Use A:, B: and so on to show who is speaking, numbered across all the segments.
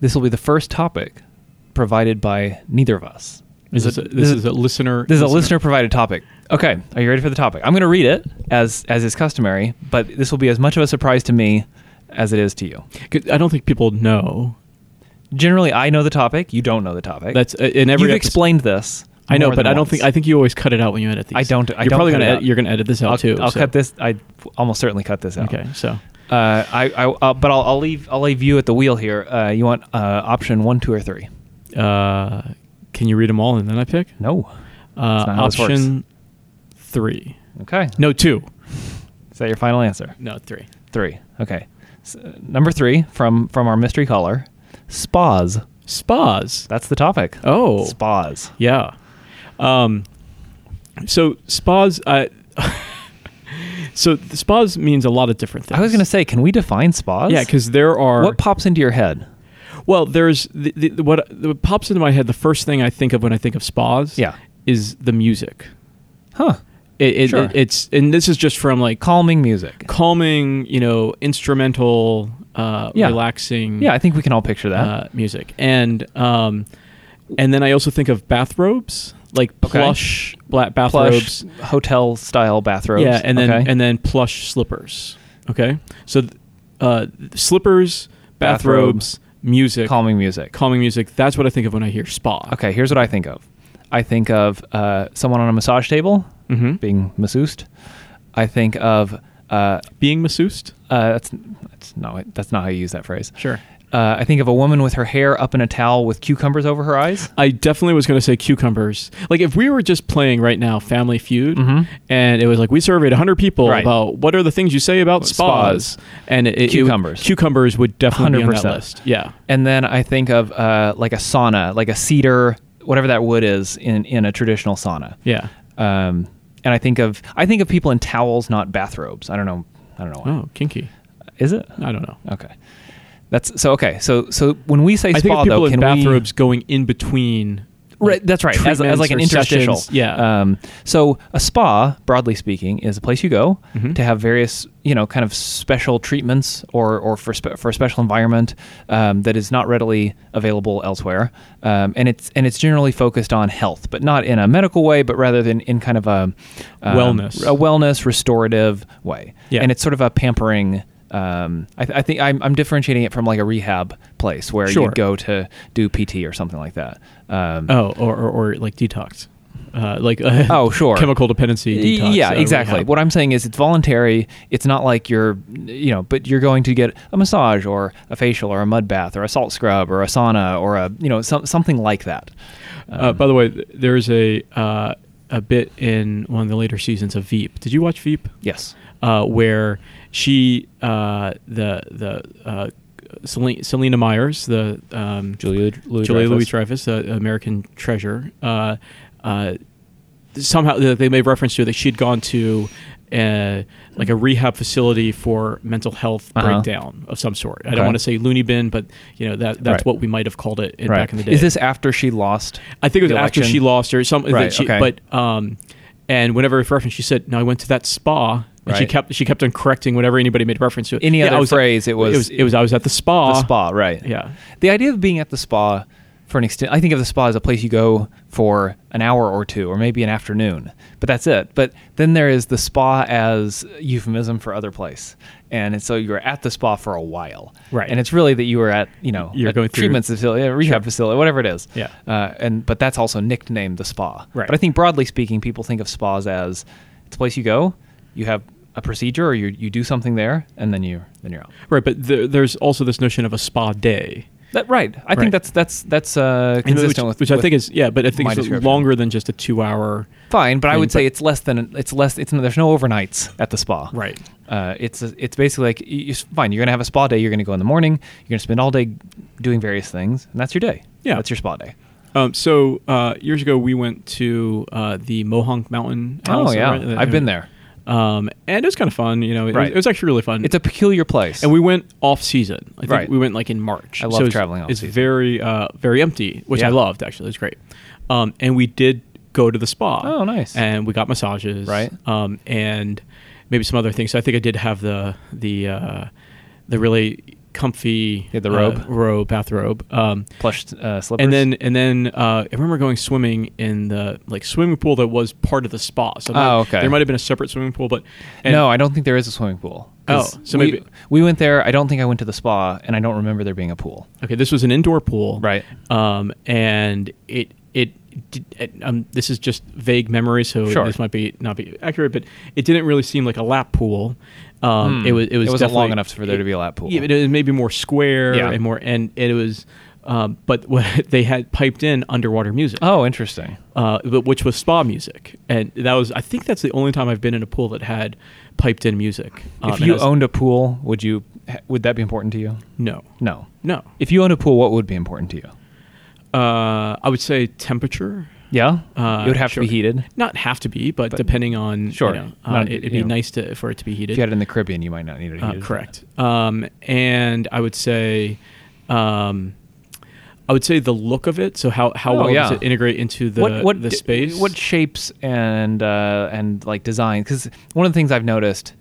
A: This will be the first topic provided by neither of us.
B: Is
A: this
B: it, this is a listener.
A: This is a listener provided topic. Okay, are you ready for the topic? I'm going to read it as as is customary, but this will be as much of a surprise to me as it is to you.
B: 'Cause I don't think people know.
A: Generally, I know the topic. You don't know the topic.
B: That's uh, in every.
A: You've
B: episode-
A: explained this.
B: I know,
A: more
B: but
A: than
B: I don't
A: once.
B: think. I think you always cut it out when you edit these.
A: I don't. I
B: You're
A: don't
B: probably
A: cut
B: gonna.
A: it out.
B: ed- You're gonna edit this out
A: I'll,
B: too.
A: I'll
B: so-
A: cut this. I almost certainly cut this out.
B: Okay, so
A: Uh, I, I uh, but I'll, I'll leave. I'll leave you at the wheel here. Uh, you want uh, option one, two, or three?
B: uh, can you read them all and then I pick?
A: No.
B: Uh,
A: That's not how this
B: option three.
A: Okay.
B: No, two.
A: Is that your final answer?
B: No, three.
A: Three. Okay. S- uh, number three from from our mystery caller, spas.
B: Spas.
A: That's the topic.
B: Oh.
A: spas.
B: Yeah. Um, so spas. Uh, so the spas means a lot of different things.
A: I was gonna say, can we define spas?
B: Yeah, because there are.
A: what pops into your head?
B: Well, there's the, the, what, what pops into my head. The first thing I think of when I think of spas.
A: Yeah.
B: Is the music.
A: Huh?
B: It, it,
A: Sure.
B: it- it's and this is just from like
A: Calming music.
B: calming, you know, instrumental, uh,
A: Yeah.
B: relaxing.
A: Yeah, I think we can all picture that.
B: uh, music and um, and then I also think of bathrobes, like
A: Okay.
B: plush black
A: Plush
B: bathrobes.
A: hotel style bathrobes.
B: Yeah, and then
A: Okay.
B: and then plush slippers. Okay, so th- uh, slippers,
A: Bathrobe.
B: bathrobes, music,
A: calming music.
B: calming music. That's what I think of when I hear spa.
A: Okay, here's what I think of. I think of uh, someone on a massage table
B: Mhm.
A: being masseused. I think of uh,
B: being masseused.
A: uh, that's that's not what- that's not how you use that phrase.
B: Sure.
A: Uh, I think of a woman with her hair up in a towel with cucumbers over her eyes.
B: I definitely was going to say cucumbers. Like if we were just playing right now, Family Feud,
A: Mhm.
B: and it was like we surveyed 100 people
A: Right.
B: about what are the things you say about spas,
A: Spas.
B: and it, it- it would-
A: Cucumbers.
B: cucumbers would definitely be on that
A: 100%.
B: list. Yeah.
A: And then I think of uh, like a sauna, like a cedar, whatever that wood is in in a traditional sauna.
B: Yeah.
A: Um, and I think of I think of people in towels, not bathrobes. I don't know. I don't know why.
B: Oh, kinky.
A: Is it?
B: I don't know.
A: Okay. That's so okay. So so when we say
B: I think
A: spa
B: of people
A: though,
B: in
A: can
B: bathrobes going in between.
A: we?
B: like,
A: Right, that's right. As, as
B: treatments
A: like an
B: or
A: interstitial.
B: sessions. Yeah.
A: Um, so a spa, broadly speaking, is a place you go
B: Mhm.
A: to have various you know kind of special treatments or or for spe- for a special environment um, that is not readily available elsewhere. Um, and it's and it's generally focused on health, but not in a medical way, but rather than in kind of a um,
B: Wellness.
A: a wellness restorative way.
B: Yeah.
A: And it's sort of a pampering. Um, I, th- I think I'm, I'm differentiating it from like a rehab place where
B: Sure.
A: you go to do PT or something like that. Um,
B: oh, or, or, or like detox. Uh, like uh,
A: Oh, sure.
B: chemical dependency
A: Y-
B: detox,
A: yeah,
B: uh,
A: exactly.
B: rehab.
A: What I'm saying is it's voluntary. It's not like you're, you know, but you're going to get a massage or a facial or a mud bath or a salt scrub or a sauna or a, you know, some, something like that. Um,
B: Uh, by the way, th- there's a uh, a bit in one of the later seasons of Veep. Did you watch Veep?
A: Yes.
B: Uh, where she, uh, the the uh, Selena, Selena Myers, the um,
A: Julia Louis-Dreyfus.
B: Julia Louis Dreyfus, uh, American Treasure. Uh, uh, somehow th- they made reference to that she'd gone to. Uh, like a rehab facility for mental health
A: Uh-huh.
B: breakdown of some sort. I
A: Okay.
B: don't want to say loony bin, but you know that that's
A: Right.
B: what we might have called it in,
A: Right.
B: back in the day.
A: Is this after she lost?
B: I think it was
A: the
B: after
A: election?
B: she lost or something.
A: Right,
B: she,
A: okay.
B: But um, and whenever it referenced, she said, "No, I went to that spa." And she
A: Right.
B: kept she kept on correcting whenever anybody made reference to it.
A: Any other
B: I was
A: phrase, it was-
B: it was it was I was at the spa.
A: the spa, right?
B: Yeah.
A: The idea of being at the spa for an extent, I think of the spa as a place you go for an hour or two, or maybe an afternoon, but that's it. But then there is the spa as euphemism for other place, and so you're at the spa for a while,
B: Right.
A: And it's really that you were at, you know,
B: You're
A: a
B: going through-
A: treatment facility, a rehab facility, whatever it is,
B: Yeah.
A: Uh, and but that's also nicknamed the spa,
B: Right.
A: But I think broadly speaking, people think of spas as it's a place you go, you have a procedure, or you you do something there, and then you then you're out.
B: Right, but there, there's also this notion of a spa day,
A: That, right. I
B: Right.
A: think that's that's that's uh,
B: And
A: consistent
B: which,
A: with
B: which I
A: with
B: think is yeah, but
A: my
B: I think it's
A: description.
B: longer than just a two hour.
A: fine. But I
B: thing,
A: would say
B: but-
A: it's less than it's less. It's there's no overnights at the spa.
B: Right.
A: Uh, it's it's basically like you, you- fine. You're gonna have a spa day. You're gonna go in the morning. You're gonna spend all day doing various things, and that's your day.
B: Yeah.
A: that's your spa day.
B: Um, so uh, years ago, we went to uh, the Mohonk Mountain.
A: Oh
B: House,
A: yeah,
B: right? uh,
A: I've been there.
B: um, and it was kind of fun. You know, it,
A: Right.
B: was, it was actually really fun.
A: It's a peculiar place.
B: and we went off season. I think
A: Right.
B: we went like in March.
A: I love
B: it's-
A: traveling off
B: It's
A: season.
B: very uh, very empty, which I
A: Yeah.
B: loved actually. It was great. Um, and we did go to the spa.
A: Oh, nice.
B: And we got massages,
A: Right.
B: Um, and maybe some other things. So I think I did have the the uh, the really comfy
A: Yeah, the robe.
B: uh, robe, bathrobe. Um,
A: plush uh, slippers.
B: and then and then uh, I remember going swimming in the like swimming pool that was part of the spa. So I'm not-
A: Oh, okay.
B: there might have been a separate swimming pool, but and
A: no, I don't think there is a swimming pool. 'Cause
B: Oh, so
A: we,
B: maybe-
A: we went there. I don't think I went to the spa, and I don't remember there being a pool.
B: Okay, this was an indoor pool,
A: Right.
B: Um, and it it, did, it um, this is just vague memory, so
A: Sure.
B: this might be not be accurate, but it didn't really seem like a lap pool. Um,
A: Hmm.
B: It was it was
A: It wasn't long
B: definitely-
A: enough for there to be a lap pool.
B: Yeah, but it was maybe more square
A: Yeah.
B: and more, and it was. Um, but what they had piped in underwater music,
A: Oh, interesting.
B: uh, but which was spa music, and that was I think that's the only time I've been in a pool that had piped in music. Um,
A: if
B: and I
A: you
B: was-
A: owned a pool, would you? Would that be important to you?
B: no,
A: No.
B: no,
A: If you owned a pool, what would be important to you?
B: uh, I would say temperature.
A: Yeah,
B: Uh,
A: it would have
B: sure.
A: to be heated.
B: not have to be, but,
A: But-
B: depending on
A: Sure.
B: you know, uh,
A: Not-
B: it, would
A: you
B: be
A: know.
B: nice to for it to be heated.
A: If you had it in the Caribbean, you might not need it
B: Uh,
A: heated.
B: correct. Um, and I would say, um, I would say the look of it. So how how
A: Oh,
B: well does
A: yeah.
B: it integrate into the the
A: d-
B: space?
A: What shapes and uh, and like design? Because one of the things I've noticed,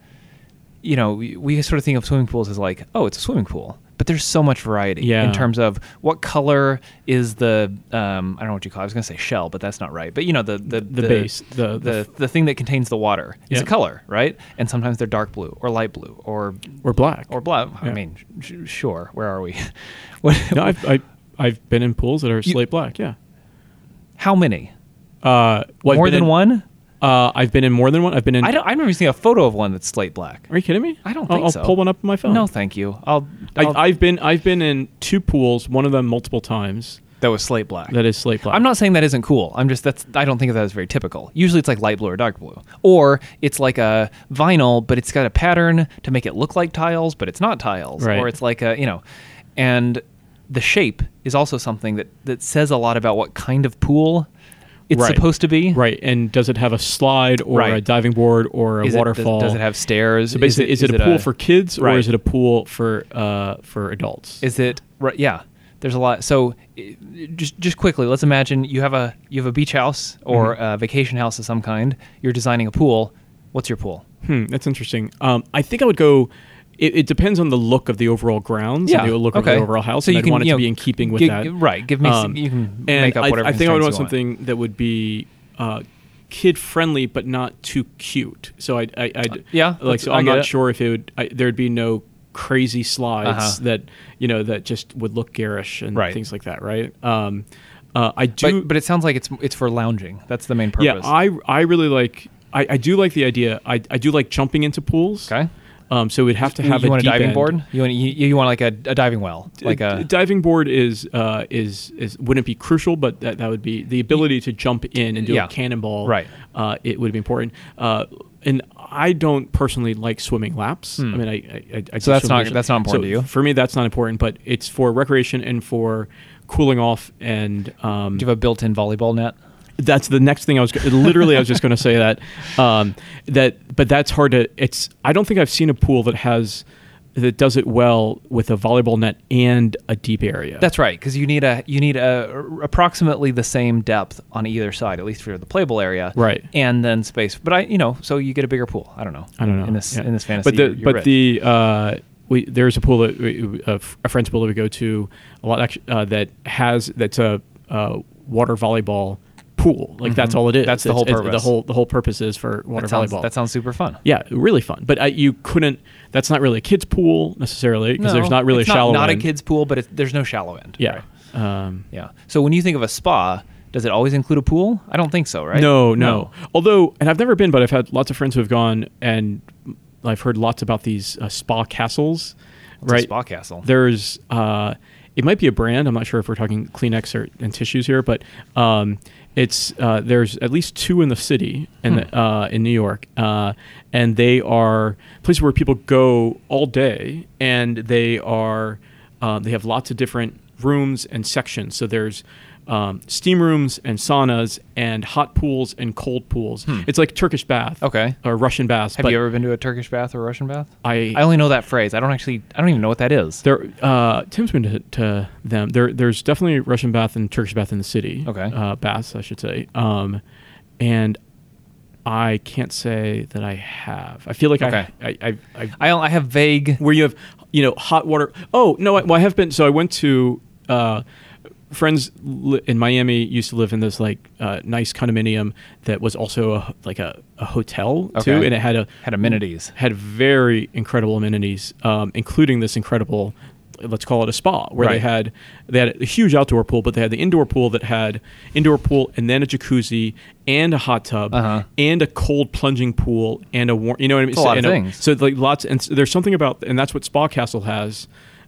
A: you know, we, we sort of think of swimming pools as like, oh, it's a swimming pool, but there's so much variety
B: Yeah.
A: in terms of what color is the um, I don't know what you call. it. I was going to say shell, but that's not right. But you know, the the
B: The base,
A: the
B: the-
A: the, the thing that contains the water is
B: Yeah.
A: a color, right? And sometimes they're dark blue or light blue or
B: or black
A: or blue. I
B: Yeah.
A: mean, sh- sure. Where are we? what,
B: No, I've I, I've been in pools that are
A: You-
B: slate black. Yeah.
A: how many?
B: Uh, well, I've
A: More
B: been
A: than
B: in-
A: one?
B: Uh, I've been in more than one. I've been in.
A: I don't. I've never seen a photo of one that's slate black.
B: Are you kidding me?
A: I don't
B: I'll,
A: think
B: I'll
A: so.
B: pull one up on my phone.
A: No, thank you. I'll.
B: I,
A: I'll-
B: I've been I've been in two pools. One of them multiple times.
A: that was slate black.
B: That is slate black.
A: I'm not saying that isn't cool. I'm just that's. I don't think of that as very typical. Usually, it's like light blue or dark blue, or it's like a vinyl, but it's got a pattern to make it look like tiles, but it's not tiles,
B: Right.
A: or it's like a you know, and the shape is also something that that says a lot about what kind of pool it's
B: Right.
A: supposed to be.
B: Right. And does it have a slide or
A: Right.
B: a diving board or a
A: Is it- does-
B: waterfall?
A: does, it have stairs?
B: So basically, is it, a pool for kids or
A: Right.
B: is it a pool for uh, for adults?
A: Is it right? Yeah. There's a lot. So i- just just quickly, let's imagine you have a you have a beach house or
B: Mm-hmm.
A: a vacation house of some kind. You're designing a pool. What's your pool?
B: hmm, that's interesting. Um, I think I would go. It, it depends on the look of the overall grounds. and
A: Yeah,
B: the look of
A: okay.
B: the overall house.
A: So
B: and
A: you
B: I'd
A: can,
B: want it
A: you
B: to
A: know,
B: be in keeping with
A: gi-
B: that. Um,
A: right, give me s- you can
B: and
A: make up
B: I,
A: whatever
B: I think I would want
A: constraints you
B: something that would be uh, kid friendly, but not too cute. So I, I, I'd
A: Uh, yeah,
B: like
A: that's-
B: so
A: I
B: I'm
A: get
B: not
A: it.
B: sure if it would. I, there'd be no crazy slides
A: Uh-huh.
B: that you know that just would look garish and
A: Right.
B: things like that. Right. Um, uh, I do.
A: But, but it sounds like it's it's for lounging. That's the main purpose.
B: Yeah, I I really like I, I do like the idea. I, I do like jumping into pools.
A: okay.
B: Um, so we'd have to
A: You-
B: have
A: you
B: a
A: want a
B: deep
A: diving
B: end.
A: board? You want you, you want like a, a diving well,
B: D-
A: like a
B: d- diving board is uh, is is wouldn't be crucial, but that, that would be the ability to jump in and do
A: Yeah.
B: a cannonball.
A: Right.
B: Uh, it would be important. Uh, and I don't personally like swimming laps. I mean, I, I, I, I
A: Hmm. So
B: do
A: that's
B: swim
A: not-
B: occasionally.
A: that's not important
B: So
A: to you?
B: For me, that's not important, but it's for recreation and for cooling off and um,
A: do you have a built-in volleyball net?
B: that's the next thing I was go- literally I was just going to say that um, that but that's hard to it's I don't think I've seen a pool that has that does it well with a volleyball net and a deep area.
A: That's right, because you need a you need a approximately the same depth on either side, at least for the playable area,
B: Right.
A: And then space, but I you know, so you get a bigger pool. I don't know.
B: I don't know
A: in this
B: Yeah.
A: in this fantasy.
B: But the
A: you're- you're
B: but
A: rich.
B: the uh, we there's a pool that we, a, f- a friend's pool that we go to a lot actu- uh, that has that's a uh, water volleyball pool like that's all it is.
A: Mm-hmm. That's the whole
B: The
A: purpose.
B: whole the whole purpose is for water
A: that sounds,
B: volleyball.
A: that sounds super fun.
B: Yeah, really fun. But I, you couldn't. That's not really a kids' pool necessarily because there's not really
A: it's
B: a shallow.
A: Not, not a
B: end.
A: kids pool, but it's, there's no shallow end.
B: Yeah.
A: Right.
B: Um,
A: Yeah. So when you think of a spa, does it always include a pool? I don't think so, right?
B: No, no, Although, and I've never been, but I've had lots of friends who have gone, and I've heard lots about these uh, spa castles.
A: It's a
B: right.
A: spa castle.
B: There's. Uh, it might be a brand. I'm not sure if we're talking Kleenex or and tissues here, but um, it's uh, there's at least two in the city and
A: Hmm.
B: the uh, in New York, uh, and they are places where people go all day, and they are uh, they have lots of different rooms and sections. So there's um, steam rooms and saunas and hot pools and cold pools. It's like Turkish bath,
A: Hmm. Okay.
B: or Russian baths.
A: Have
B: but
A: you ever been to a Turkish bath or a Russian bath?
B: I-
A: I only know that phrase. I don't actually. I don't even know what that is.
B: There, uh, Tim's been to, to them. There, there's definitely Russian bath and Turkish bath in the city.
A: Okay.
B: uh, baths I should say. Um, and I can't say that I have. I feel like
A: Okay.
B: I, I, I, I,
A: I, I have vague.
B: where you have you know, hot water. Oh no, I, well, I have been. So I went to uh, friends li- in Miami. Used to live in this like uh, nice condominium that was also a, like a, a hotel too,
A: Okay.
B: and it had a
A: Had amenities.
B: had very incredible amenities, um, including this incredible, let's call it a spa, where they
A: Right.
B: had they had a huge outdoor pool, but they had the indoor pool that had indoor pool and then a jacuzzi and a hot tub
A: Uh-huh.
B: and a cold plunging pool and a warm, you know what I mean?
A: It's a lot of
B: and
A: things.
B: So like lots, and so there's something about, and that's what Spa Castle has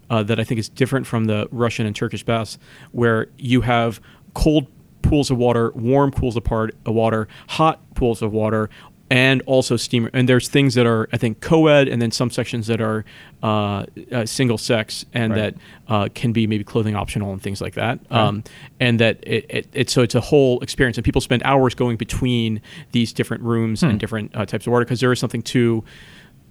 B: uh, that I think is different from the Russian and Turkish baths, where you have cold pools of water, warm pools of part of water, hot pools of water, and also steamer. And there's things that are I think co-ed, and then some sections that are uh, uh, single sex, and
A: Right.
B: that uh, can be maybe clothing optional and things like that. Um, and that it, it, it so it's a whole experience, and people spend hours going between these different rooms
A: Hmm.
B: and different uh, types of water because there is something to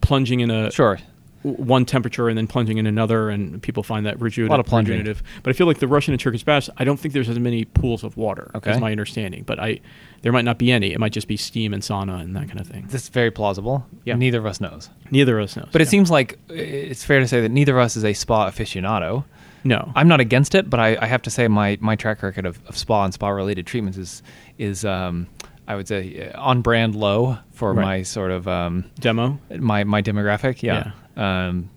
B: plunging in a
A: Sure.
B: w- one temperature and then plunging in another, and people find that rejuvenative.
A: A lot of plunging.
B: rejuvenative. But I feel like the Russian and Turkish baths, I don't think there's as many pools of water.
A: Okay.
B: is my understanding. But I, there might not be any. It might just be steam and sauna and that kind of thing.
A: That's very plausible.
B: Yeah.
A: Neither of us knows.
B: Neither of us knows.
A: But it
B: yeah.
A: seems like uh, it's fair to say that neither of us is a spa aficionado.
B: no.
A: I'm not against it, but I, I have to say my, my track record of, of spa and spa related treatments is is um, I would say uh, on brand low for
B: Right.
A: my sort of um,
B: demo.
A: my my demographic. Yeah. Um,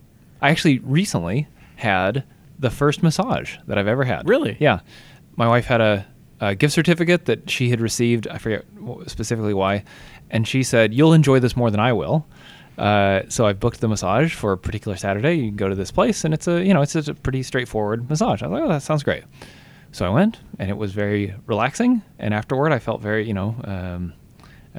A: I actually recently had the first massage that I've ever had.
B: Really?
A: Yeah. My wife had a, a gift certificate that she had received. I forget wh- specifically why, and she said, "You'll enjoy this more than I will." Uh, so I've booked the massage for a particular Saturday. You can go to this place, and it's a you know it's just a pretty straightforward massage. I was like, "Oh, that sounds great." So I went, and it was very relaxing. And afterward, I felt very, you know, um,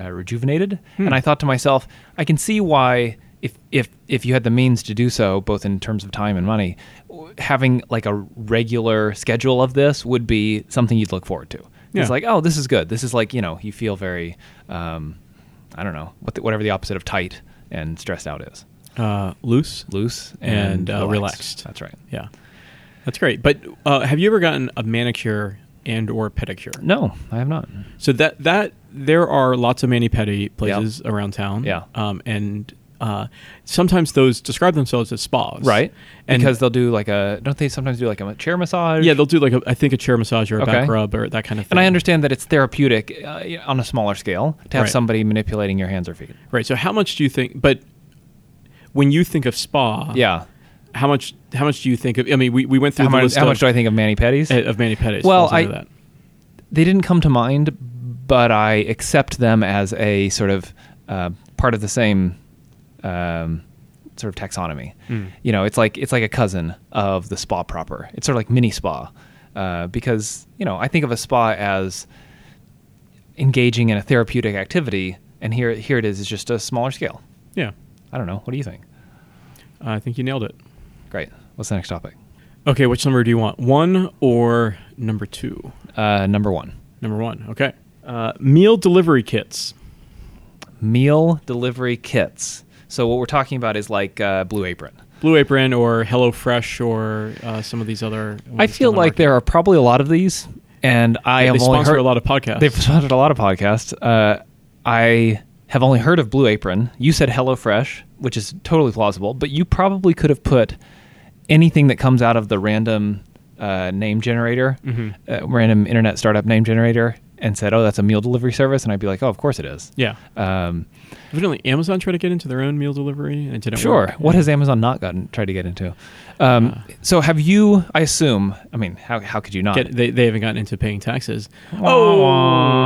A: uh, rejuvenated.
B: Hmm.
A: And I thought to myself, I can see why, if if if you had the means to do so, both in terms of time and money, w- having like a regular schedule of this would be something you'd look forward to.
B: Yeah.
A: It's like, oh, this is good. This is like, you know, you feel very, um, I don't know, what the, whatever the opposite of tight and stressed out is,
B: Uh, loose.
A: loose and,
B: And, uh, relaxed.
A: That's right.
B: Yeah, that's great. But uh, have you ever gotten a manicure and or pedicure?
A: No, I have not.
B: So that that there are lots of mani pedi places around town.
A: Yeah.
B: Um, and uh, sometimes those describe themselves as spas.
A: Right.
B: And
A: because they'll do like a don't they sometimes do like a chair massage?
B: yeah, they'll do like a, I think a chair massage or a back
A: Okay.
B: rub or that kind of thing.
A: and I understand that it's therapeutic uh, on a smaller scale to have
B: Right. Uh-huh.
A: somebody manipulating your hands or feet.
B: Right. So how much do you think? But when you think of spa,
A: Yeah.
B: How much? How much do you think of? I mean, we, we went through
A: How
B: the
A: much,
B: list
A: how
B: of,
A: much do I think of Manny Petties?
B: uh, of mani pedis.
A: Well,
B: Let's enter
A: I-
B: that.
A: they didn't come to mind, but I accept them as a sort of uh, part of the same um, sort of taxonomy.
B: Mm.
A: You know, it's like it's like a cousin of the spa proper. It's sort of like mini spa uh, because you know I think of a spa as engaging in a therapeutic activity, and here here it is. It's just a smaller scale.
B: yeah,
A: I don't know. What do you think?
B: I think you nailed it.
A: Great. What's the next topic?
B: Okay, which number do you want? One or number two?
A: Uh, number one,
B: Number one. Okay. Uh, meal delivery kits.
A: meal delivery kits. So what we're talking about is like uh, Blue Apron.
B: Blue Apron or HelloFresh or uh, some of these other.
A: I feel like there are probably a lot of these, and I
B: They
A: have only
B: sponsor
A: heard
B: a lot of podcasts.
A: They've sponsored a lot of podcasts. Uh, I have only heard of Blue Apron. You said HelloFresh, which is totally plausible, but you probably could have put anything that comes out of the random uh, name generator,
B: Mhm.
A: uh, random internet startup name generator, and said, "Oh, that's a meal delivery service," and I'd be like, "Oh, of course it is."
B: Yeah.
A: Um,
B: Evidently, Amazon tried to get into their own meal delivery and it didn't
A: Sure.
B: work.
A: What has Amazon not gotten tried to get into? Um, so have you? I assume. I mean, how how could you not?
B: Uh. Get, they, they haven't gotten into paying taxes.
A: Wah,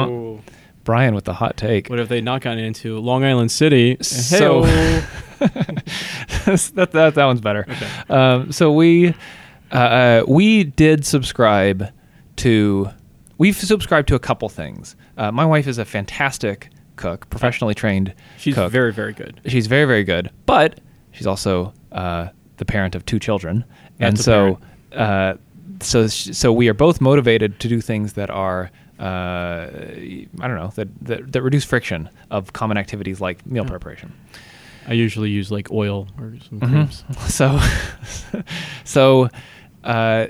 B: Oh.
A: Brian with the hot take.
B: What have they not gotten into? Long Island City.
A: So-
B: Heyo.
A: that, that that one's better. Um, so we uh, uh, we did subscribe to we've subscribed to a couple things. Uh, my wife is a fantastic cook, professionally trained.
B: She's
A: cook.
B: very, very good.
A: she's very very good, but she's also uh, the parent of two children, and
B: That's a
A: so uh, so sh- so we are both motivated to do things that are. Uh, I don't know that, that that reduce friction of common activities like meal
B: Yeah.
A: preparation.
B: I usually use like oil or some
A: Mm-hmm.
B: creams.
A: So, so uh,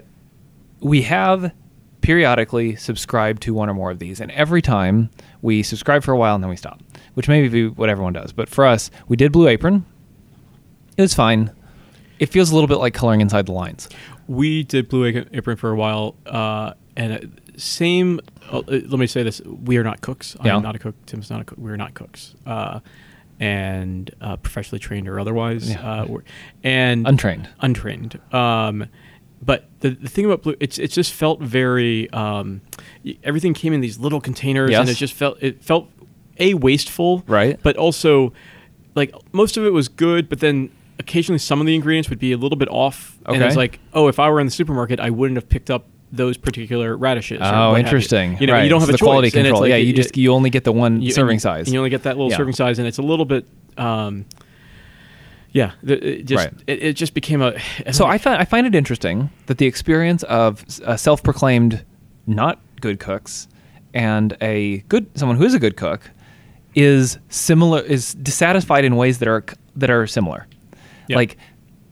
A: we have periodically subscribed to one or more of these, and every time we subscribe for a while and then we stop, which may be what everyone does. But for us, we did Blue Apron. It was fine. It feels a little bit like coloring inside the lines.
B: We did Blue Ac- Apron for a while, uh, and uh, same. Uh, uh, let me say this: we are not cooks.
A: Yeah.
B: I'm not a cook. Tim's not a cook. We are not cooks, uh, and uh, professionally trained or otherwise.
A: Yeah.
B: Uh, we're, and
A: Untrained.
B: untrained. Um, but the, the thing about blue, it's it just felt very. Um, y- everything came in these little containers, and
A: Yes.
B: it just felt it felt a wasteful,
A: Right.
B: But also, like most of it was good, but then occasionally some of the ingredients would be a little bit off, and
A: Okay.
B: it's like, oh, if I were in the supermarket, I wouldn't have picked up those particular radishes. or
A: Oh,
B: what have you.
A: interesting.
B: You, know,
A: Right.
B: you don't
A: So
B: have a
A: the quality
B: choice, and it's
A: control.
B: like
A: yeah,
B: it-
A: you
B: it-
A: just you only get the one
B: you-
A: serving
B: and-
A: size.
B: and You only get that little
A: Yeah.
B: serving size, and it's a little bit. Um, yeah, the, it just
A: Right.
B: it, it just became a.
A: So I find I find it interesting that the experience of s- a self-proclaimed not good cooks and a good someone who is a good cook is similar is dissatisfied in ways that are c- that are similar.
B: Yeah.
A: Like,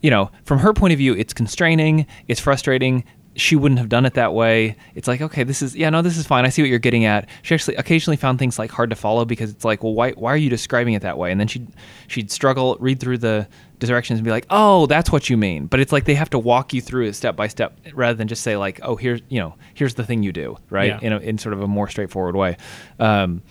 A: you know, from her point of view, it's constraining, it's frustrating. She wouldn't have done it that way. It's like, okay, this is yeah, no, this is fine. I see what you're getting at. She actually occasionally found things like hard to follow because it's like, well, why why are you describing it that way? And then she'd she'd struggle, read through the directions and be like, oh, that's what you mean. But it's like they have to walk you through it step by step rather than just say like, oh, here's you know, here's the thing you do, right?
B: Yeah.
A: In a, in sort of a more straightforward way. Um,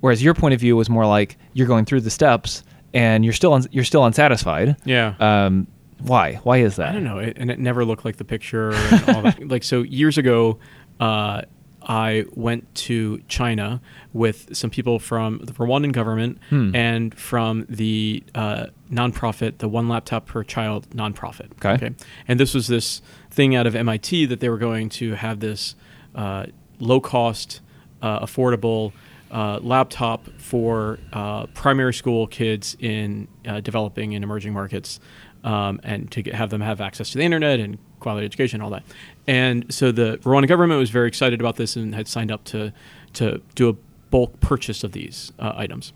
A: whereas your point of view was more like you're going through the steps and you're still un- you're still unsatisfied.
B: Yeah.
A: Um, why? Why is that?
B: I don't know, it, and it never looked like the picture and all that. Like so, years ago, uh, I went to China with some people from the Rwandan government
A: Hmm.
B: and from the uh, nonprofit, the One Laptop Per Child nonprofit.
A: Okay.
B: and this was this thing out of MIT that they were going to have this uh, low cost, uh, affordable. Uh, laptop for uh, primary school kids in uh, developing and emerging markets um, and to get, have them have access to the internet and quality education and all that. And so the Rwanda government was very excited about this and had signed up to to do a bulk purchase of these uh, items.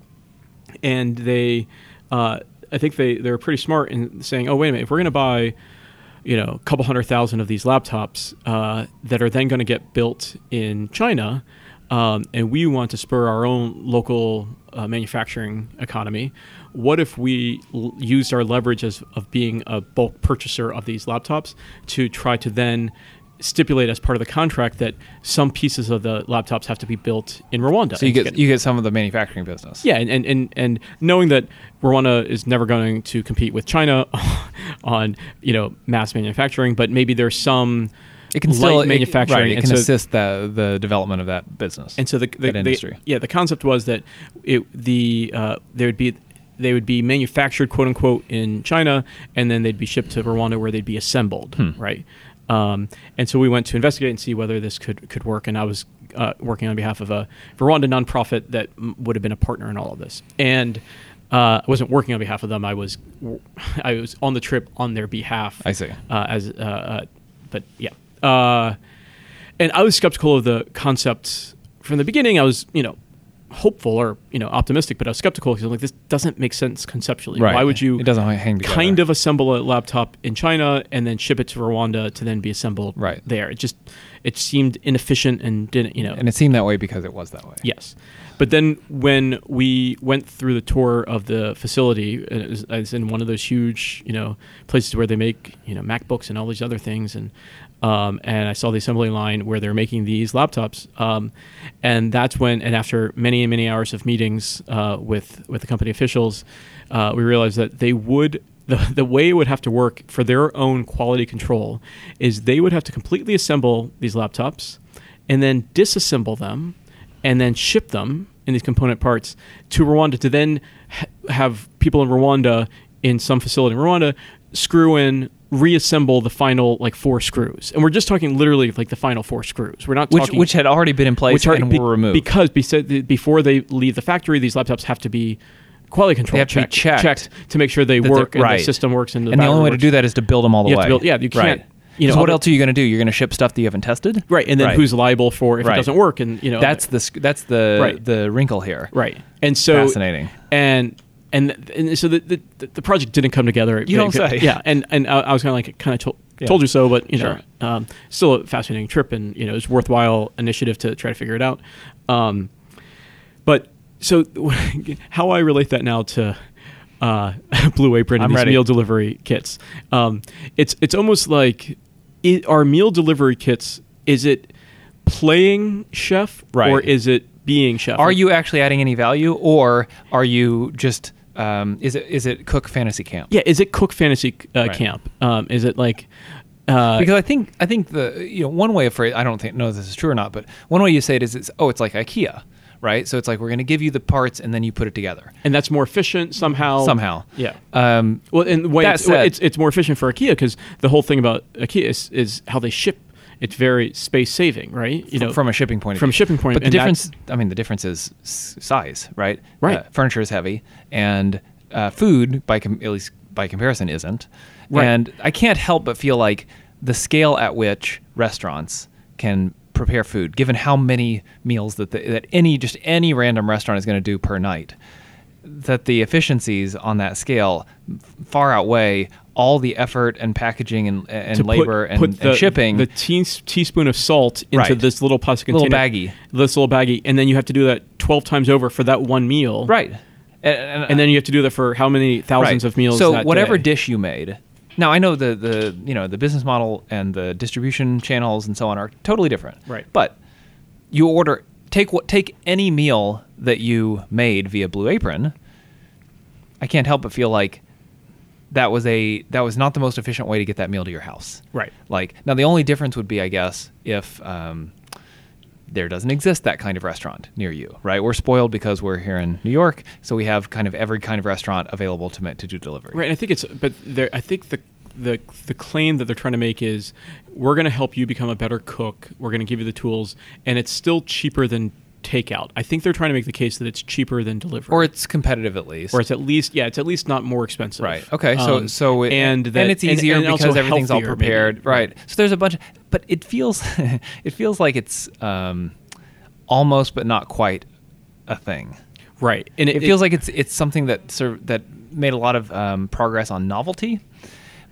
B: And they, uh, I think they they were pretty smart in saying, oh wait a minute, if we're going to buy you know, a couple hundred thousand of these laptops uh, that are then going to get built in China. Um, and we want to spur our own local uh, manufacturing economy. What if we l- used our leverage as, of being a bulk purchaser of these laptops to try to then stipulate as part of the contract that some pieces of the laptops have to be built in Rwanda?
A: So you
B: and
A: get you get some of the manufacturing business.
B: yeah, and, and, and, and knowing that Rwanda is never going to compete with China on you know mass manufacturing, but maybe there's some
A: It can still
B: light
A: it-
B: manufacturing.
A: right, it
B: and
A: can
B: so-
A: assist the the development of that business.
B: and so the, the,
A: that
B: the-
A: industry.
B: yeah, the concept was that it the uh, there would be they would be manufactured quote unquote in China, and then they'd be shipped to Rwanda where they'd be assembled,
A: Hmm.
B: right? Um, and so we went to investigate and see whether this could could work. And I was uh, working on behalf of a Rwanda nonprofit that m- would have been a partner in all of this, and. Uh, I wasn't working on behalf of them. I was, I was on the trip on their behalf.
A: I see.
B: Uh, as, uh, uh, but yeah. Uh, and I was skeptical of the concept from the beginning. I was, you know, hopeful or you know optimistic, but I was skeptical because I'm like, this doesn't make sense conceptually.
A: Right.
B: Why would you?
A: It doesn't hang together.
B: Kind of assemble a laptop in China and then ship it to Rwanda to then be assembled
A: Right.
B: there. It just it seemed inefficient and didn't you know
A: and it seemed that way because it was that way.
B: Yes. But then when we went through the tour of the facility, and it was, I was in one of those huge, you know, places where they make, you know, MacBooks and all these other things, and um, and I saw the assembly line where they're making these laptops, um, and that's when, and after many and many hours of meetings uh, with with the company officials, uh, we realized that they would. The, the way it would have to work for their own quality control is they would have to completely assemble these laptops and then disassemble them and then ship them in these component parts to Rwanda to then ha- have people in Rwanda in some facility in Rwanda screw in reassemble the final like four screws and we're just talking literally like the final four screws we're not
A: Which
B: talking
A: which had already been in place
B: are-
A: and
B: be-
A: were removed.
B: because be- said that before they leave the factory these laptops have to be quality control
A: have to be checked.
B: to make sure they
A: That they're-
B: work and
A: right.
B: the system works and the,
A: and the only
B: battery
A: way to
B: works.
A: do that is to build them all the
B: You have
A: way.
B: to build- yeah, you
A: Right.
B: can't- you know,
A: 'Cause what
B: other-
A: else are you going to do? You're going to ship stuff that you haven't tested.
B: right and then
A: Right.
B: who's liable for if
A: Right.
B: it doesn't work and you know
A: That's the sc- that's the
B: Right.
A: the wrinkle here.
B: Right. And so
A: Fascinating.
B: And and, and so the, the the project didn't come together.
A: You don't say.
B: Yeah. And and I, I was kind of like kind of told.
A: Yeah.
B: Told you so, but you
A: Sure.
B: know, um, still a fascinating trip, and you know, it's worthwhile initiative to try to figure it out. Um, but so, how I relate that now to uh, Blue Apron
A: I'm
B: and these
A: ready.
B: meal delivery kits. Um, it's it's almost like i are meal delivery kits. Is it playing chef
A: Right.
B: or is it being chef?
A: Are
B: Like,
A: you actually adding any value, or are you just um, is it is it Cook Fantasy Camp?
B: Yeah, is it Cook Fantasy uh,
A: Right.
B: Camp? Um, is it like uh,
A: Because I think I think the you know one way of phrase I don't think know if this is true or not, but one way you say it is it's oh it's like IKEA, right? So it's like we're going to give you the parts and then you put it together
B: and that's more efficient somehow?
A: somehow.
B: Oh, yeah.
A: Um,
B: Well, and the way
A: That
B: it's, well,
A: said-
B: it's it's more efficient for IKEA because the whole thing about IKEA is, is how they ship. It's very space saving, right? You know,
A: from a shipping point of
B: from
A: view.
B: shipping point of
A: But the
B: view, and
A: difference, I mean, the difference is s- size, right?
B: Right.
A: Uh, furniture is heavy, and uh, food, by com- at least by comparison, isn't.
B: Right.
A: And I can't help but feel like the scale at which restaurants can prepare food, given how many meals that the, that any just any random restaurant is going to do per night, that the efficiencies on that scale far outweigh all the effort and packaging and, and
B: to put-
A: labor and,
B: put
A: and
B: the,
A: shipping.
B: the teens- teaspoon of salt into
A: Right.
B: this little plastic
A: Little
B: container,
A: baggie.
B: this little baggie, and then you have to do that twelve times over for that one meal,
A: right. And,
B: And then you have to do that for how many thousands of meals?
A: So
B: that
A: whatever
B: day.
A: dish you made. Now I know the the you know the business model and the distribution channels and so on are totally different.
B: Right.
A: But you order take what take any meal that you made via Blue Apron. I can't help but feel like that was a that was not the most efficient way to get that meal to your house.
B: Right.
A: Like now the only difference would be I guess if um, there doesn't exist that kind of restaurant near you, right? We're spoiled because we're here in New York, so we have kind of every kind of restaurant available to ma- to do delivery.
B: Right, and I think it's but there I think the the the claim that they're trying to make is we're going to help you become a better cook. We're going to give you the tools and it's still cheaper than takeout. I think they're trying to make the case that it's cheaper than delivery.
A: Or it's competitive at least.
B: Or it's at least yeah, it's at least not more expensive.
A: right. Okay. So
B: Um,
A: so it,
B: and that,
A: and it's easier
B: and also
A: because everything's all
B: healthier, maybe.
A: prepared. Right. So there's a bunch, of, but it feels it feels like it's um, almost but not quite a thing.
B: Right. And
A: It, feels like it's it's something that serv that made a lot of um, progress on novelty,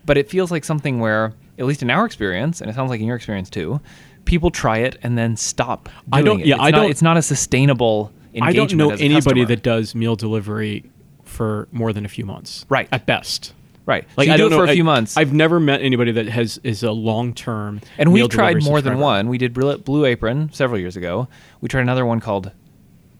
A: but it feels like something where at least in our experience, and it sounds like in your experience too, people try it and then stop. Doing
B: I don't-
A: It.
B: yeah,
A: It's
B: I
A: not,
B: don't-
A: It's not a sustainable.
B: I
A: Engagement
B: don't know
A: as a
B: anybody
A: customer.
B: that does meal delivery for more than a few months.
A: Right.
B: At best.
A: right.
B: Like
A: so you
B: I
A: do
B: don't
A: it for
B: know,
A: a few
B: I-
A: months.
B: I've never met anybody that has is a long term.
A: And we've tried more than one. We did Blue Blue Apron several years ago. We tried another one called,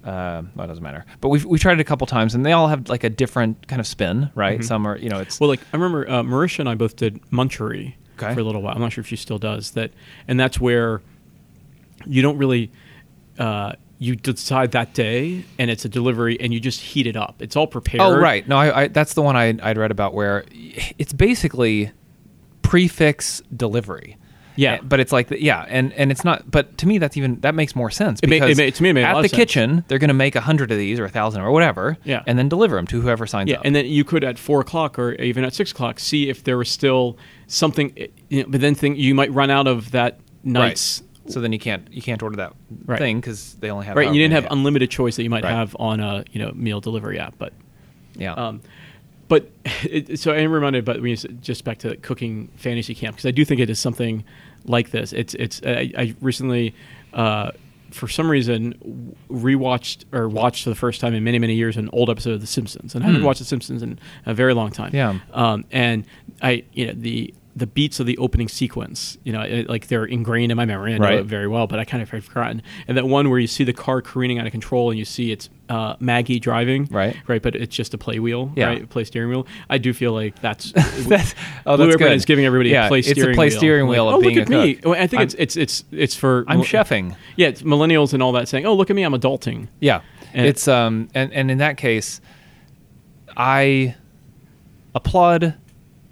A: uh, well, it doesn't matter. But we've, we tried it a couple times, and they all have like a different kind of spin, right? Some are, you know, it's
B: Mm-hmm. Well, like I remember uh, Marisha and I both did Munchery
A: Okay.
B: for a little while. I'm not sure if she still does that, and that's where you don't really uh, you decide that day, and it's a delivery, and you just heat it up. It's all prepared.
A: oh right. No, I, I that's the one I I'd read about where it's basically prefix delivery.
B: Yeah.
A: Uh, but it's like the, yeah, and and it's not. But to me, that's even that makes more sense
B: It ma- it
A: because
B: ma- to me, it made a
A: at
B: lot of
A: the
B: sense.
A: kitchen they're going to make a hundred of these or a thousand or whatever,
B: Yeah.
A: and then deliver them to whoever signs
B: Yeah,
A: up.
B: and then you could at four o'clock or even at six o'clock see if there was still something. eh, You know, but then think you might run out of that night's
A: Right. So then you can't you can't order that
B: Right.
A: thing because they only have
B: right.
A: however
B: you didn't
A: many
B: have
A: they
B: unlimited choice that you might
A: Oh, Right.
B: have on a you know meal delivery app, but.
A: yeah.
B: Um, but it, so I am reminded, but when you, s- just back to the cooking fantasy camp because I do think it is something like this. It's it's I, I recently, uh, for some reason, w- rewatched or watched for the first time in many many years an old episode of The Simpsons, and I haven't watched The Simpsons in a very long time.
A: Hmm. Yeah.
B: Um, and I you know the the beats of the opening sequence, you know, it, like they're ingrained in my memory. I know
A: Right.
B: it very well, but I kind of have forgotten. And that one where you see the car careening out of control and you see it's uh, Maggie driving,
A: Right.
B: right? But it's just a play wheel,
A: Yeah.
B: right? Play steering wheel. I do feel like that's,
A: That's- oh,
B: Blue
A: that's
B: Apron
A: good.
B: is giving everybody
A: Yeah,
B: a play
A: it's a
B: steering
A: play
B: wheel.
A: steering wheel
B: Like,
A: of
B: oh,
A: being
B: look at
A: a
B: me.
A: cook.
B: Well, I think
A: I'm-
B: it's it's it's it's for
A: I'm
B: mil-
A: chefing.
B: Yeah, it's millennials and all that saying, oh look at me, I'm adulting.
A: Yeah.
B: And-
A: it's um and, and in that case I applaud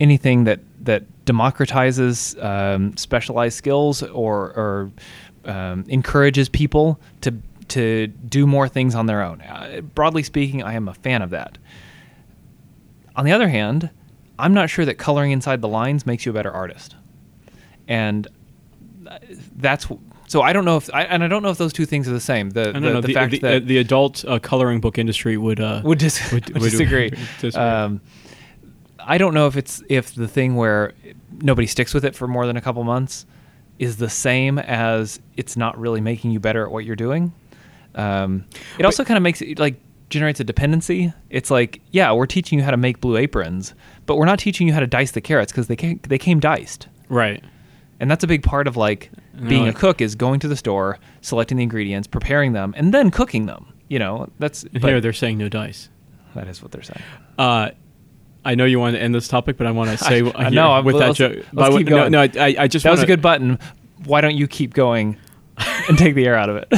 A: anything that that democratizes um, specialized skills or or um, encourages people to to do more things on their own. Uh, broadly speaking, I am a fan of that. On the other hand, I'm not sure that coloring inside the lines makes you a better artist. And uh, that's so I don't know if I, and I don't know if those two things are the same. The
B: I don't
A: the,
B: know
A: the
B: the
A: fact
B: the,
A: that
B: uh, the adult uh, coloring book industry would uh,
A: would, dis-
B: would-
A: would,
B: would-
A: disagree.
B: disagree.
A: Um, I don't know if it's if the thing where nobody sticks with it for more than a couple months is the same as it's not really making you better at what you're doing. Um, it also kind of makes it like generates a dependency. It's like, yeah, we're teaching you how to make blue aprons, but we're not teaching you how to dice the carrots because they came, they came diced.
B: Right.
A: And that's a big part of like
B: And
A: being
B: like-
A: a cook is going to the store, selecting the ingredients, preparing them, and then cooking them. You know, that's
B: And
A: but
B: here they're saying no dice.
A: that is what they're saying.
B: Uh, I know you want to end this topic, but I want to say
A: I- I
B: here
A: know, I'm-
B: with that
A: let's-
B: joke.
A: let's
B: but I wa-
A: keep
B: no,
A: going.
B: no, I, I- I just
A: that was a
B: wanna-
A: good button. Why don't you keep going and take the air out of it?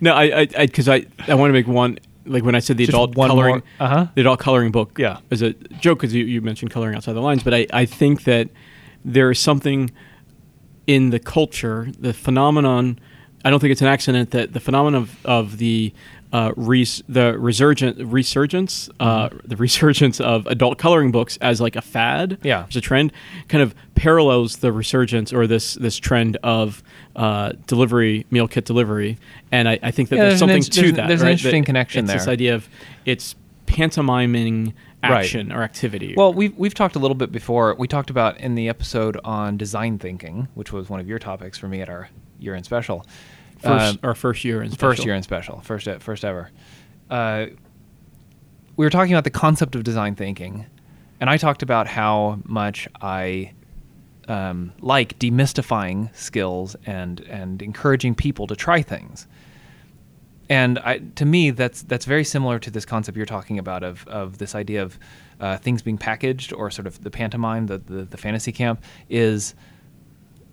B: No, I, I, because I, I, want to make one. Like when I said the
A: Just
B: adult
A: one
B: coloring,
A: more- uh-huh.
B: the adult coloring book,
A: Yeah.
B: is a joke because you, you mentioned coloring outside the lines, but I, I think that there is something in the culture, the phenomenon. I don't think it's an accident that the phenomenon of, of the uh, res, the resurgent resurgence, uh,
A: Mm-hmm.
B: the resurgence of adult coloring books as like a fad,
A: Yeah.
B: as a trend, kind of parallels the resurgence or this this trend of uh, delivery meal kit delivery, and I, I think that
A: Yeah,
B: there's,
A: there's an
B: something
A: ins-
B: to
A: there's an-
B: that.
A: there's an
B: right? That
A: interesting connection
B: it's This
A: there.
B: idea of it's pantomiming
A: Right.
B: action or activity.
A: Well, we've we've talked a little bit before. We talked about in the episode on design thinking, which was one of your topics for me at our year end special.
B: first,
A: Um,
B: our first year in
A: first
B: special.
A: year in special, first e- first ever. Uh, we were talking about the concept of design thinking, and I talked about how much I um, like demystifying skills and and encouraging people to try things. And I, to me, that's that's very similar to this concept you're talking about of of this idea of uh, things being packaged or sort of the pantomime, the the, the fantasy camp is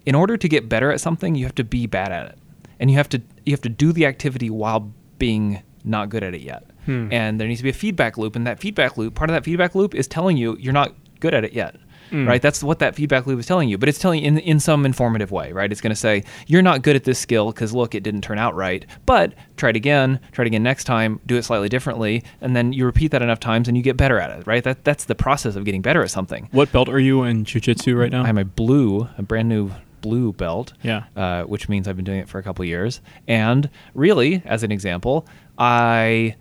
A: in order to get better at something, you have to be bad at it, and you have to you have to do the activity while being not good at it yet.
B: Hmm.
A: And there needs to be a feedback loop, and that feedback loop, part of that feedback loop, is telling you you're not good at it yet.
B: Hmm.
A: Right? That's what that feedback loop is telling you, but it's telling you in in some informative way, right? It's going to say you're not good at this skill because look, it didn't turn out right. But try it again, try it again next time, do it slightly differently, and then you repeat that enough times and you get better at it, right? That that's the process of getting better at something.
B: What belt are you in jujitsu right now?
A: I have my blue, a brand new blue belt.
B: Yeah.
A: Uh, which means I've been doing it for a couple years. And really, as an example, I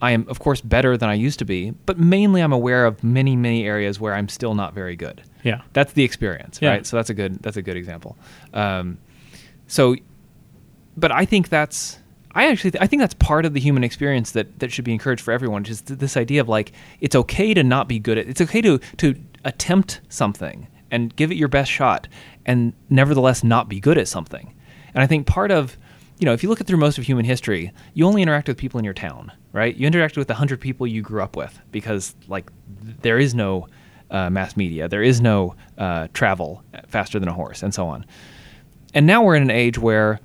A: I am of course better than I used to be, but mainly I'm aware of many many areas where I'm still not very good.
B: Yeah.
A: That's the experience,
B: Yeah.
A: right? So that's a good that's a good example. Um, so but I think that's I actually I think that's part of the human experience that that should be encouraged for everyone. Just th- this idea of like it's okay to not be good at it's okay to to attempt something and give it your best shot and nevertheless not be good at something. And I think part of you know if you look at through most of human history, you only interact with people in your town, right? You interact with the hundred people you grew up with because like th- there is no uh, mass media, there is no uh, travel faster than a horse, and so on. And now we're in an age where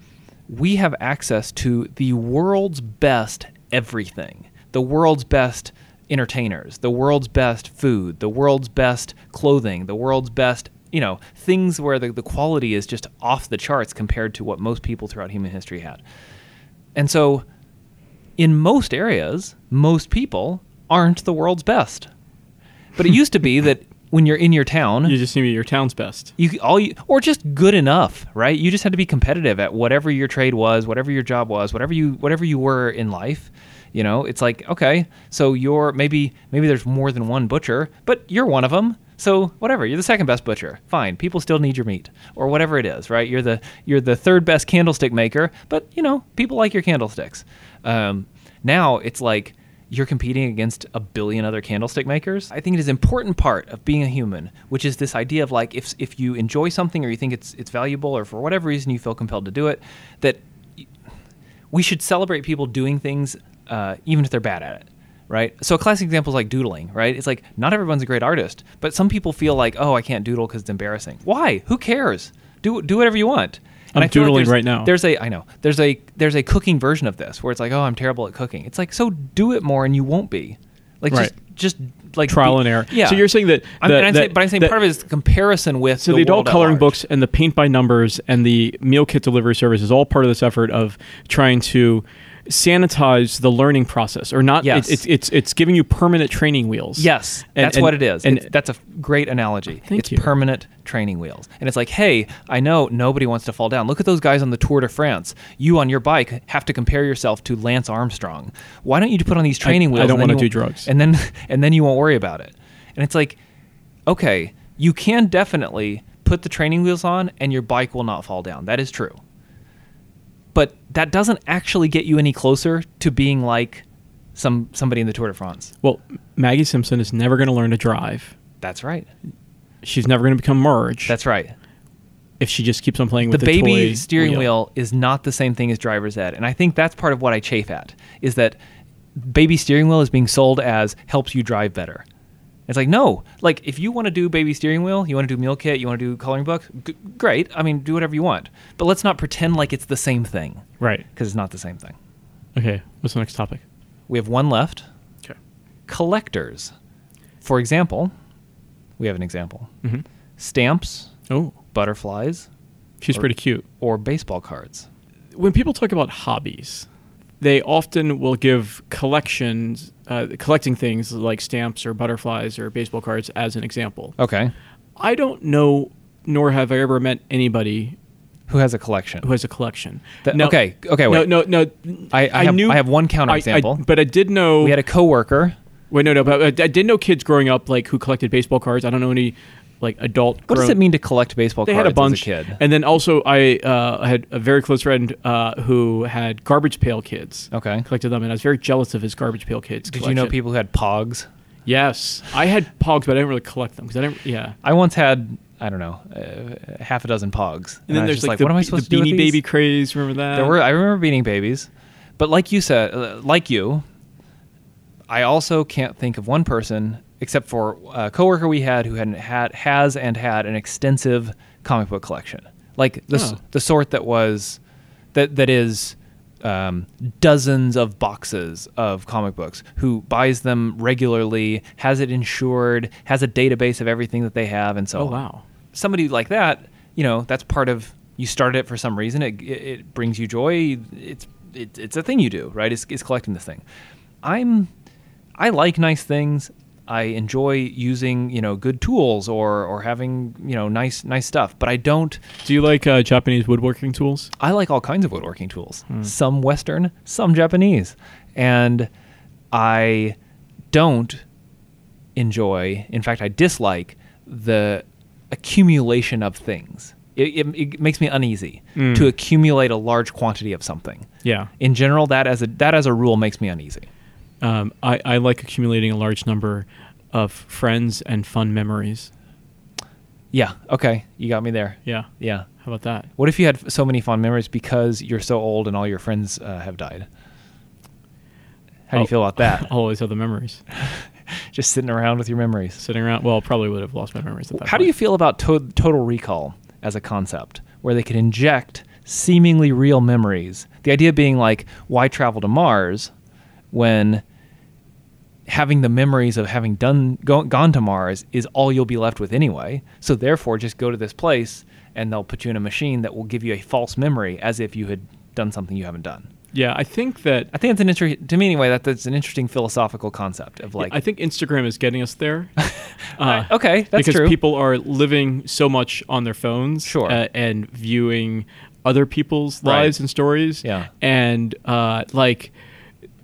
A: we have access to the world's best everything, the world's best entertainers, the world's best food, the world's best clothing, the world's best, you know, things where the, the quality is just off the charts compared to what most people throughout human history had. And so, in most areas, most people aren't the world's best. But it used to be that when you're in your town,
B: You just need to be your town's best.
A: you c- all you, or just good enough, right? You just had to be competitive at whatever your trade was, whatever your job was, whatever you whatever you were in life. You know, it's like okay, so you're maybe maybe there's more than one butcher, but you're one of them. So whatever, you're the second best butcher. Fine, people still need your meat or whatever it is, right? You're the you're the third best candlestick maker, but you know people like your candlesticks. Um, now it's like you're competing against a billion other candlestick makers. I think it is an important part of being a human, which is this idea of like if if you enjoy something or you think it's it's valuable or for whatever reason you feel compelled to do it, that y- we should celebrate people doing things uh, even if they're bad at it. Right. So a classic example is like doodling, right? It's like not everyone's a great artist, but some people feel like, oh, I can't doodle because it's embarrassing. Why? Who cares? Do do whatever you want.
B: I'm
A: I feel
B: doodling
A: there's-
B: right now.
A: There's there's a I know there's a there's a cooking version of this where it's like oh I'm terrible at cooking. It's like so do it more and you won't be like
B: Right.
A: just just like
B: Trial
A: be-
B: and error.
A: Yeah.
B: So you're saying that-
A: I'm,
B: that-
A: and I'm
B: that-
A: saying, but I'm saying
B: that-
A: part of it is comparison with
B: So
A: the
B: the, adult
A: world at
B: coloring
A: large.
B: books and the paint by numbers and the meal kit delivery service is all part of this effort of trying to sanitize the learning process or not
A: Yes.
B: it's, it's it's it's giving you permanent training wheels
A: Yes,
B: And-
A: that's
B: and-
A: what it is.
B: and
A: And that's a f- great analogy.
B: Thank
A: it's
B: you.
A: permanent training wheels. And it's like, hey, I know nobody wants to fall down. Look at those guys on the Tour de France. You on your bike have to compare yourself to Lance Armstrong. Why don't you put on these training
B: I
A: wheels?
B: don't
A: and then
B: wanna
A: you
B: do
A: won't-
B: drugs.
A: And then and then you won't worry about it. And it's like, okay, you can definitely put the training wheels on and your bike will not fall down. That is true but that doesn't actually get you any closer to being like some somebody in the Tour de France.
B: Well, Maggie Simpson is never going to learn to drive.
A: That's right.
B: She's never going to become merge.
A: That's right.
B: if she just keeps on playing
A: The,
B: with the,
A: baby
B: toy
A: steering wheel. is not the same thing as driver's ed, and I think that's part of what I chafe at is that baby steering wheel is being sold as helps you drive better. It's like no, like if you want to do baby steering wheel, you want to do meal kit, you want to do coloring book, g- great. I mean, do whatever you want, but let's not pretend like it's the same thing
B: Right.
A: because it's not the same thing.
B: Okay. What's the next topic?
A: We have one left.
B: Okay.
A: Collectors, for example, we have an example:
B: hmm
A: stamps,
B: Oh,
A: butterflies,
B: she's
A: Or-
B: pretty cute.
A: or baseball cards.
B: When people talk about hobbies, they often will give collections, uh, collecting things like stamps or butterflies or baseball cards as an example.
A: Okay,
B: I don't know, nor have I ever met anybody
A: who has a collection?
B: who has a collection.
A: That-
B: Now-
A: okay, okay, wait.
B: No, no, no.
A: I- I have- I have one counterexample.
B: I- but I did know.
A: we had a coworker.
B: wait, no, no. But I, I did know kids growing up like who collected baseball cards. I don't know any like adult.
A: What does
B: grown-
A: it mean to collect baseball
B: They
A: cards
B: had a
A: as
B: bunch.
A: a kid?
B: And then also, I uh, had a very close friend uh, who had garbage pail kids.
A: Okay.
B: Collected them, and I was very jealous of his garbage pail kids.
A: Did you know
B: collection.
A: people who had Pogs?
B: Yes, I had Pogs, but I didn't really collect them because I didn't. Yeah.
A: I once had I don't know uh, half a dozen Pogs.
B: And
A: I
B: then
A: was
B: there's
A: just
B: like,
A: like,
B: the,
A: what am I
B: be-
A: supposed
B: the
A: to do
B: Beanie
A: with these?
B: Baby craze. Remember that?
A: There were I remember beating babies, but like you said, uh, like you, I also can't think of one person except for a coworker we had who had, an- had has and had an extensive comic book collection, like the s
B: Oh.
A: the sort that was that that is. Um, dozens of boxes of comic books. Who buys them regularly? Has it insured? Has a database of everything that they have, and so
B: Oh
A: on
B: wow.
A: somebody like that, you know, that's part of you started it for some reason. It, it, it brings you joy. It's it, it's a thing you do, right? It's, it's collecting this thing. I'm I like nice things. I enjoy using you know good tools or or having you know nice nice stuff. But I don't.
B: Do you like uh, Japanese woodworking tools?
A: I like all kinds of woodworking tools.
B: Hmm.
A: Some Western, some Japanese, and I don't enjoy. In fact, I dislike the accumulation of things. It, it, it makes me uneasy
B: Mm.
A: to accumulate a large quantity of something.
B: Yeah.
A: In general, that as a that as a rule makes me uneasy.
B: Um, I, I like accumulating a large number of friends and fun memories.
A: Yeah. Okay. You got me there.
B: Yeah.
A: Yeah.
B: How about that?
A: What if you had so many fond memories because you're so old and all your friends uh, have died? How do
B: Oh,
A: you feel about that?
B: I'll always have the memories.
A: just sitting around with your memories.
B: Sitting around, well, probably would have lost my memories at that
A: How do you
B: point.
A: feel about to- total recall as a concept, where they could inject seemingly real memories? The idea being like, why travel to Mars when having the memories of having done go- gone to Mars is all you'll be left with anyway. So therefore, just go to this place and they'll put you in a machine that will give you a false memory as if you had done something you haven't done.
B: Yeah, I think that
A: I think it's an interesting to me anyway. That that's an interesting philosophical concept of like
B: I think Instagram is getting us there. Uh,
A: okay, that's
B: because
A: true.
B: people are living so much on their phones,
A: Sure.
B: uh, and viewing other people's
A: Right.
B: lives and stories.
A: Yeah.
B: and uh, like.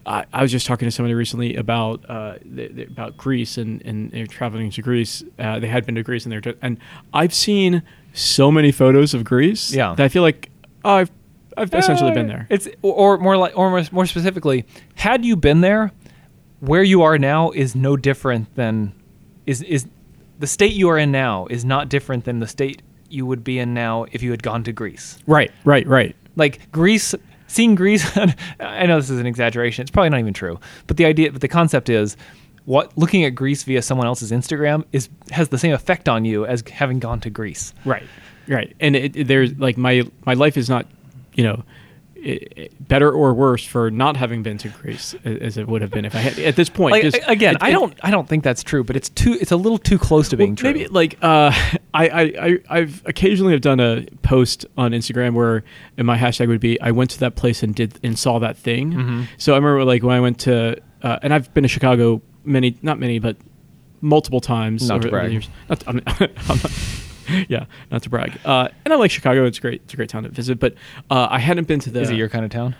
B: I, I was just talking to somebody recently about uh, th- th- about Greece and, and they're traveling to Greece. Uh, they had been to Greece and they're t- and I've seen so many photos of Greece.
A: Yeah.
B: that I feel like oh, I've I've essentially been
A: Uh,
B: there.
A: It's or more like or more, more specifically, had you been there, where you are now is no different than is is the state you are in now is not different than the state you would be in now if you had gone to Greece.
B: right, right, right.
A: Like Greece seeing Greece I know this is an exaggeration. It's probably not even true. But the idea but the concept is what looking at Greece via someone else's Instagram is has the same effect on you as having gone to Greece.
B: Right, right. And it, it- there's like my my life is not, you know, i i better or worse for not having been to Greece a- as it would have been if I had at this point.
A: Like
B: just-
A: a- again,
B: it-
A: I
B: it-
A: don't I don't think that's true, but it's too it's a little too close to being
B: well,
A: true.
B: Maybe like uh, I, I, I, I've occasionally have done a post on Instagram where, and my hashtag would be I went to that place and did and saw that thing.
A: Mm-hmm.
B: So I remember like when I went to, uh, and I've been to Chicago many, not many, but multiple times.
A: Not to
B: over, over
A: brag.
B: the years. Not to- I'm, I'm not- yeah, not to brag. Uh, and I like Chicago. It's great. It's a great town to visit. But uh, I hadn't been to the
A: Is it your kind of town?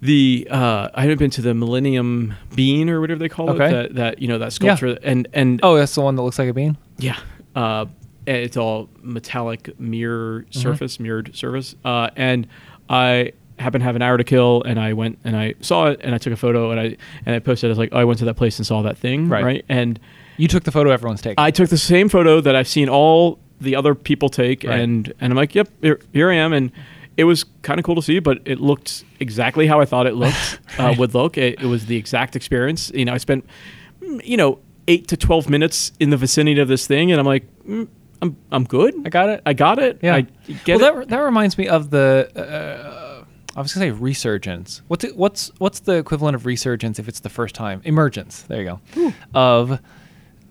B: the uh, I hadn't been to the Millennium Bean or whatever they call
A: Okay.
B: it. That, that you know that
A: Yeah.
B: sculpture and and
A: Oh, that's the one that looks like a bean.
B: yeah. Uh, and it's all metallic mirror surface, mirrored surface. Uh, and I happened to have an hour to kill, and I went and I saw it, and I took a photo, and I and I posted. I was like, oh, I went to that place and saw that thing,
A: Right.
B: right? And
A: You took the photo everyone's taking.
B: I took the same photo that I've seen all the other people take,
A: Right.
B: and and I'm like, yep, here, here I am, and it was kind of cool to see, but it looked exactly how I thought it looked uh, would look. It, it was the exact experience. You know, I spent, mm, you know, eight to twelve minutes in the vicinity of this thing, and I'm like, mm, I'm I'm good.
A: I got it.
B: I got it.
A: Yeah.
B: I get
A: well,
B: it.
A: that that reminds me of the. Uh, I was gonna say resurgence. What's it, what's what's the equivalent of resurgence if it's the first time? Emergence. There you go. Of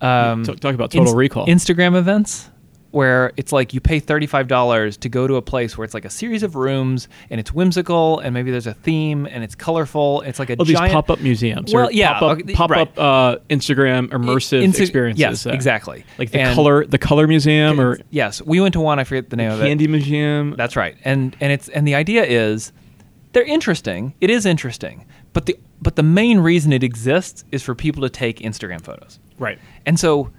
A: um,
B: Talk- talk about total recall.
A: Instagram events where it's like you pay thirty five dollars to go to a place where it's like a series of rooms and it's whimsical and maybe there's a theme and it's colorful. And it's like a
B: Oh, these
A: giant
B: pop up museums.
A: Well,
B: or
A: yeah,
B: pop up,
A: okay,
B: pop
A: right.
B: up uh, Instagram immersive
A: Insta-
B: experiences.
A: Yes,
B: uh,
A: exactly.
B: Like the
A: And-
B: color, the color museum, or
A: Yes, we went to one. I forget the name of it.
B: candy museum.
A: That's right. And and it's and the idea is they're interesting. It is interesting. But the but the main reason it exists is for people to take Instagram photos.
B: right.
A: And so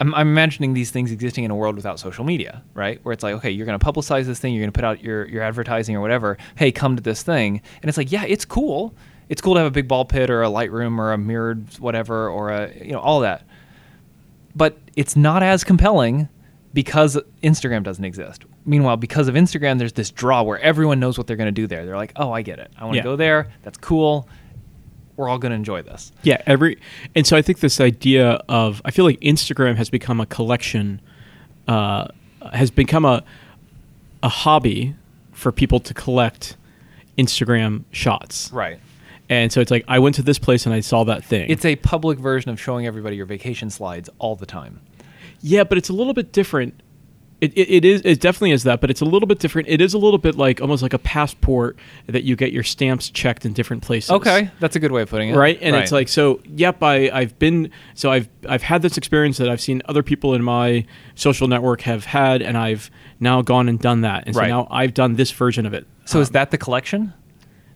A: I'm, I'm imagining these things existing in a world without social media, right? Where it's like, okay, you're going to publicize this thing, you're going to put out your, your advertising or whatever. Hey, come to this thing. And it's like, yeah, it's cool. It's cool to have a big ball pit or a light room or a mirrored whatever or a, you know, all that. But it's not as compelling because Instagram doesn't exist. Meanwhile, because of Instagram, there's this draw where everyone knows what they're going to do there. They're like, oh, I get it. I want to
B: Yeah.
A: go there. That's cool. We're all going to enjoy this.
B: Yeah, every and so I think this idea of I feel like Instagram has become a collection, uh, has become a a hobby for people to collect Instagram shots.
A: Right.
B: And so it's like I went to this place and I saw that thing.
A: It's a public version of showing everybody your vacation slides all the time.
B: Yeah, but it's a little bit different. It, it, it is it definitely is that, but it's a little bit different. It is a little bit like almost like a passport that you get your stamps checked in different places.
A: that's a good way of putting it.
B: Right, and it's like so. Yep, I I've been so I've I've had this experience that I've seen other people in my social network have had, and I've now gone and done that, and so
A: Right.
B: now I've done this version of it.
A: so is that the collection?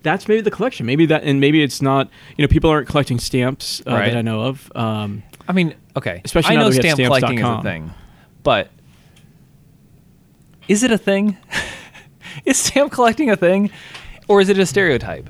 B: That's maybe the collection, maybe that, and maybe it's not. You know, people aren't collecting stamps uh,
A: Right.
B: that I know of. Um,
A: I mean, okay,
B: Especially
A: I
B: now
A: know
B: that we have
A: stamp collecting is a
B: stamps.com.
A: thing, but is it a thing? is stamp collecting a thing, or is it a stereotype?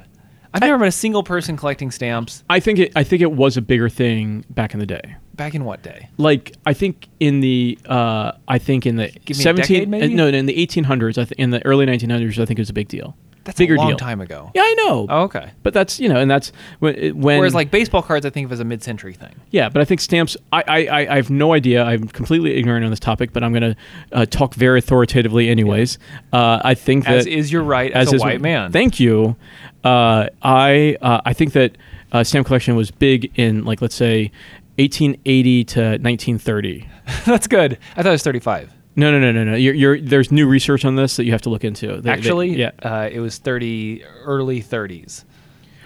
A: I've never met a single person collecting stamps.
B: I think it I think it was a bigger thing back in the day.
A: Back in what day?
B: like I think in the uh, I think in the
A: Give me a decade,
B: seventeen uh,
A: maybe?
B: no no, in the eighteen hundreds I th- in the early nineteen hundreds I think it was a big deal.
A: That's
B: bigger
A: a long
B: deal.
A: time ago.
B: Yeah, I know.
A: Oh, okay.
B: But that's you know, and that's when, it- when
A: Whereas like baseball cards, I think of as a mid-century thing.
B: yeah, but I think stamps. I, I, I, I have no idea. I'm completely ignorant on this topic, but I'm going to uh, talk very authoritatively, anyways. Uh, I think
A: As
B: that
A: is your right as a white man.
B: Thank you. Uh, I uh, I think that uh, stamp collection was big in like let's say 1880 to 1930.
A: that's good. I thought it was thirty-five.
B: No, no, no, no, no. You're, you're, there's new research on this that you have to look into. They- they-
A: Actually,
B: yeah.
A: uh, it was 30, early 30s.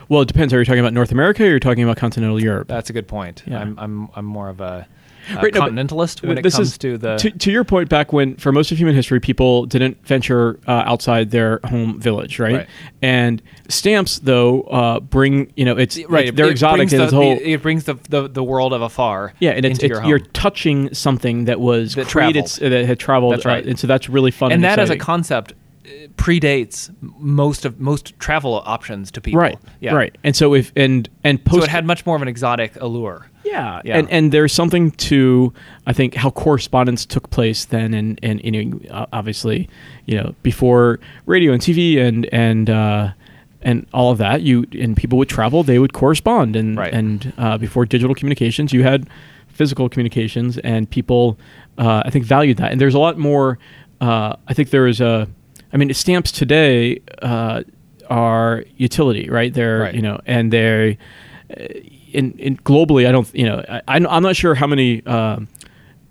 B: Well, it depends. Are you talking about North America or you're talking about continental Europe?
A: That's a good point.
B: Yeah.
A: I'm, I'm, I'm more of a, a
B: Right, no, but
A: Uh, continentalist when it
B: This
A: comes
B: is-
A: to the.
B: to, to your point back when for most of human history people didn't venture uh, outside their home village, right?
A: Right.
B: And stamps though uh, bring you know it's
A: right,
B: it's- they're
A: it
B: exotic
A: brings
B: in
A: the,
B: this whole
A: the- it brings the, the, the world of afar.
B: yeah, and it's,
A: into
B: it's
A: your
B: you're
A: home.
B: touching something that was
A: That
B: created
A: traveled.
B: that had traveled,
A: That's right.
B: uh, and so that's really fun.
A: and that as a
B: exciting.
A: concept uh, predates m- most of most travel options to people.
B: right,
A: Yeah.
B: right, and so if and and
A: So
B: post
A: it had much more of an exotic allure.
B: Yeah,
A: Yeah.
B: and and there's something to I think how correspondence took place then, and and you know uh, obviously, you know before radio and TV and and uh, and all of that, you and people would travel, they would correspond, and
A: Right.
B: and uh, before digital communications, you had physical communications, and people uh, I think valued that, and there's a lot more. Uh, I think there is a, I mean stamps today uh, are utility, right? They're
A: Right.
B: you know and they uh, in, in globally, I don't, you know, I, I'm I'm not sure how many, um,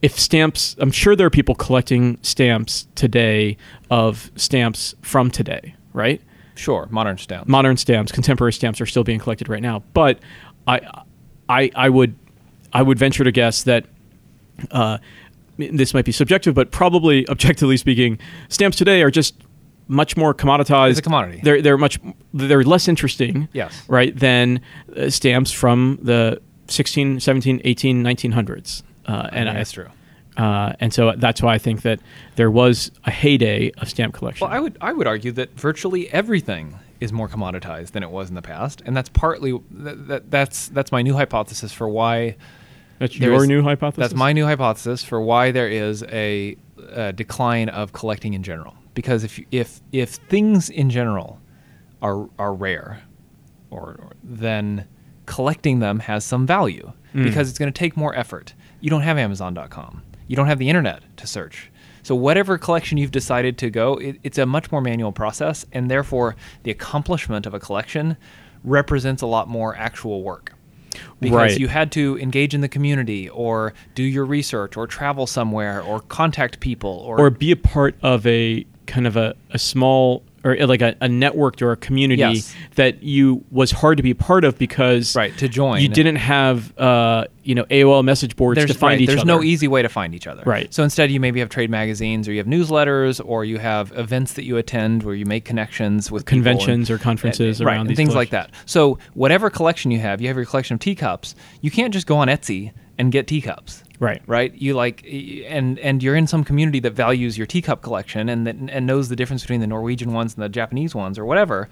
B: if stamps, I'm sure there are people collecting stamps today of stamps from today, right?
A: Sure, modern stamp.
B: Modern stamps, contemporary stamps are still being collected right now. But I, I, I would, I would venture to guess that, uh, this might be subjective, but probably objectively speaking, stamps today are just much more commoditized.
A: It's a commodity.
B: They're they're much they're less interesting
A: Yes.
B: right than uh, stamps from the 16 17 18 1900s uh,
A: I
B: and
A: think
B: Uh, I,
A: that's true.
B: Uh, and so that's why I think that there was a heyday of stamp collection.
A: Well, I would I would argue that virtually everything is more commoditized than it was in the past, and that's partly that, that that's that's my new hypothesis for why
B: that's
A: there
B: your
A: is-
B: new hypothesis.
A: That's my new hypothesis for why there is a, a decline of collecting in general. Because if you- if if things in general are are rare, or, or then collecting them has some value
B: Mm.
A: because it's going to take more effort. You don't have Amazon.com. You don't have the internet to search. So whatever collection you've decided to go, it, it's a much more manual process, and therefore the accomplishment of a collection represents a lot more actual work because
B: Right.
A: you had to engage in the community or do your research or travel somewhere or contact people or,
B: or be a part of a kind of a, a small or like a, a networked or a community
A: Yes.
B: that you was hard to be part of because
A: Right, to join.
B: you didn't have uh, you know AOL message boards
A: there's,
B: to find
A: right,
B: each
A: there's
B: other.
A: no easy way to find each other.
B: Right.
A: So instead, you maybe have trade magazines or you have newsletters or you have events that you attend where you make connections with people and-
B: Conventions or conferences
A: and, right,
B: around
A: and
B: these
A: things like that. So whatever collection you have, you have your collection of teacups. You can't just go on Etsy and get teacups.
B: Right.
A: right you like y- and and you're in some community that values your teacup collection and that and knows the difference between the norwegian ones and the japanese ones or whatever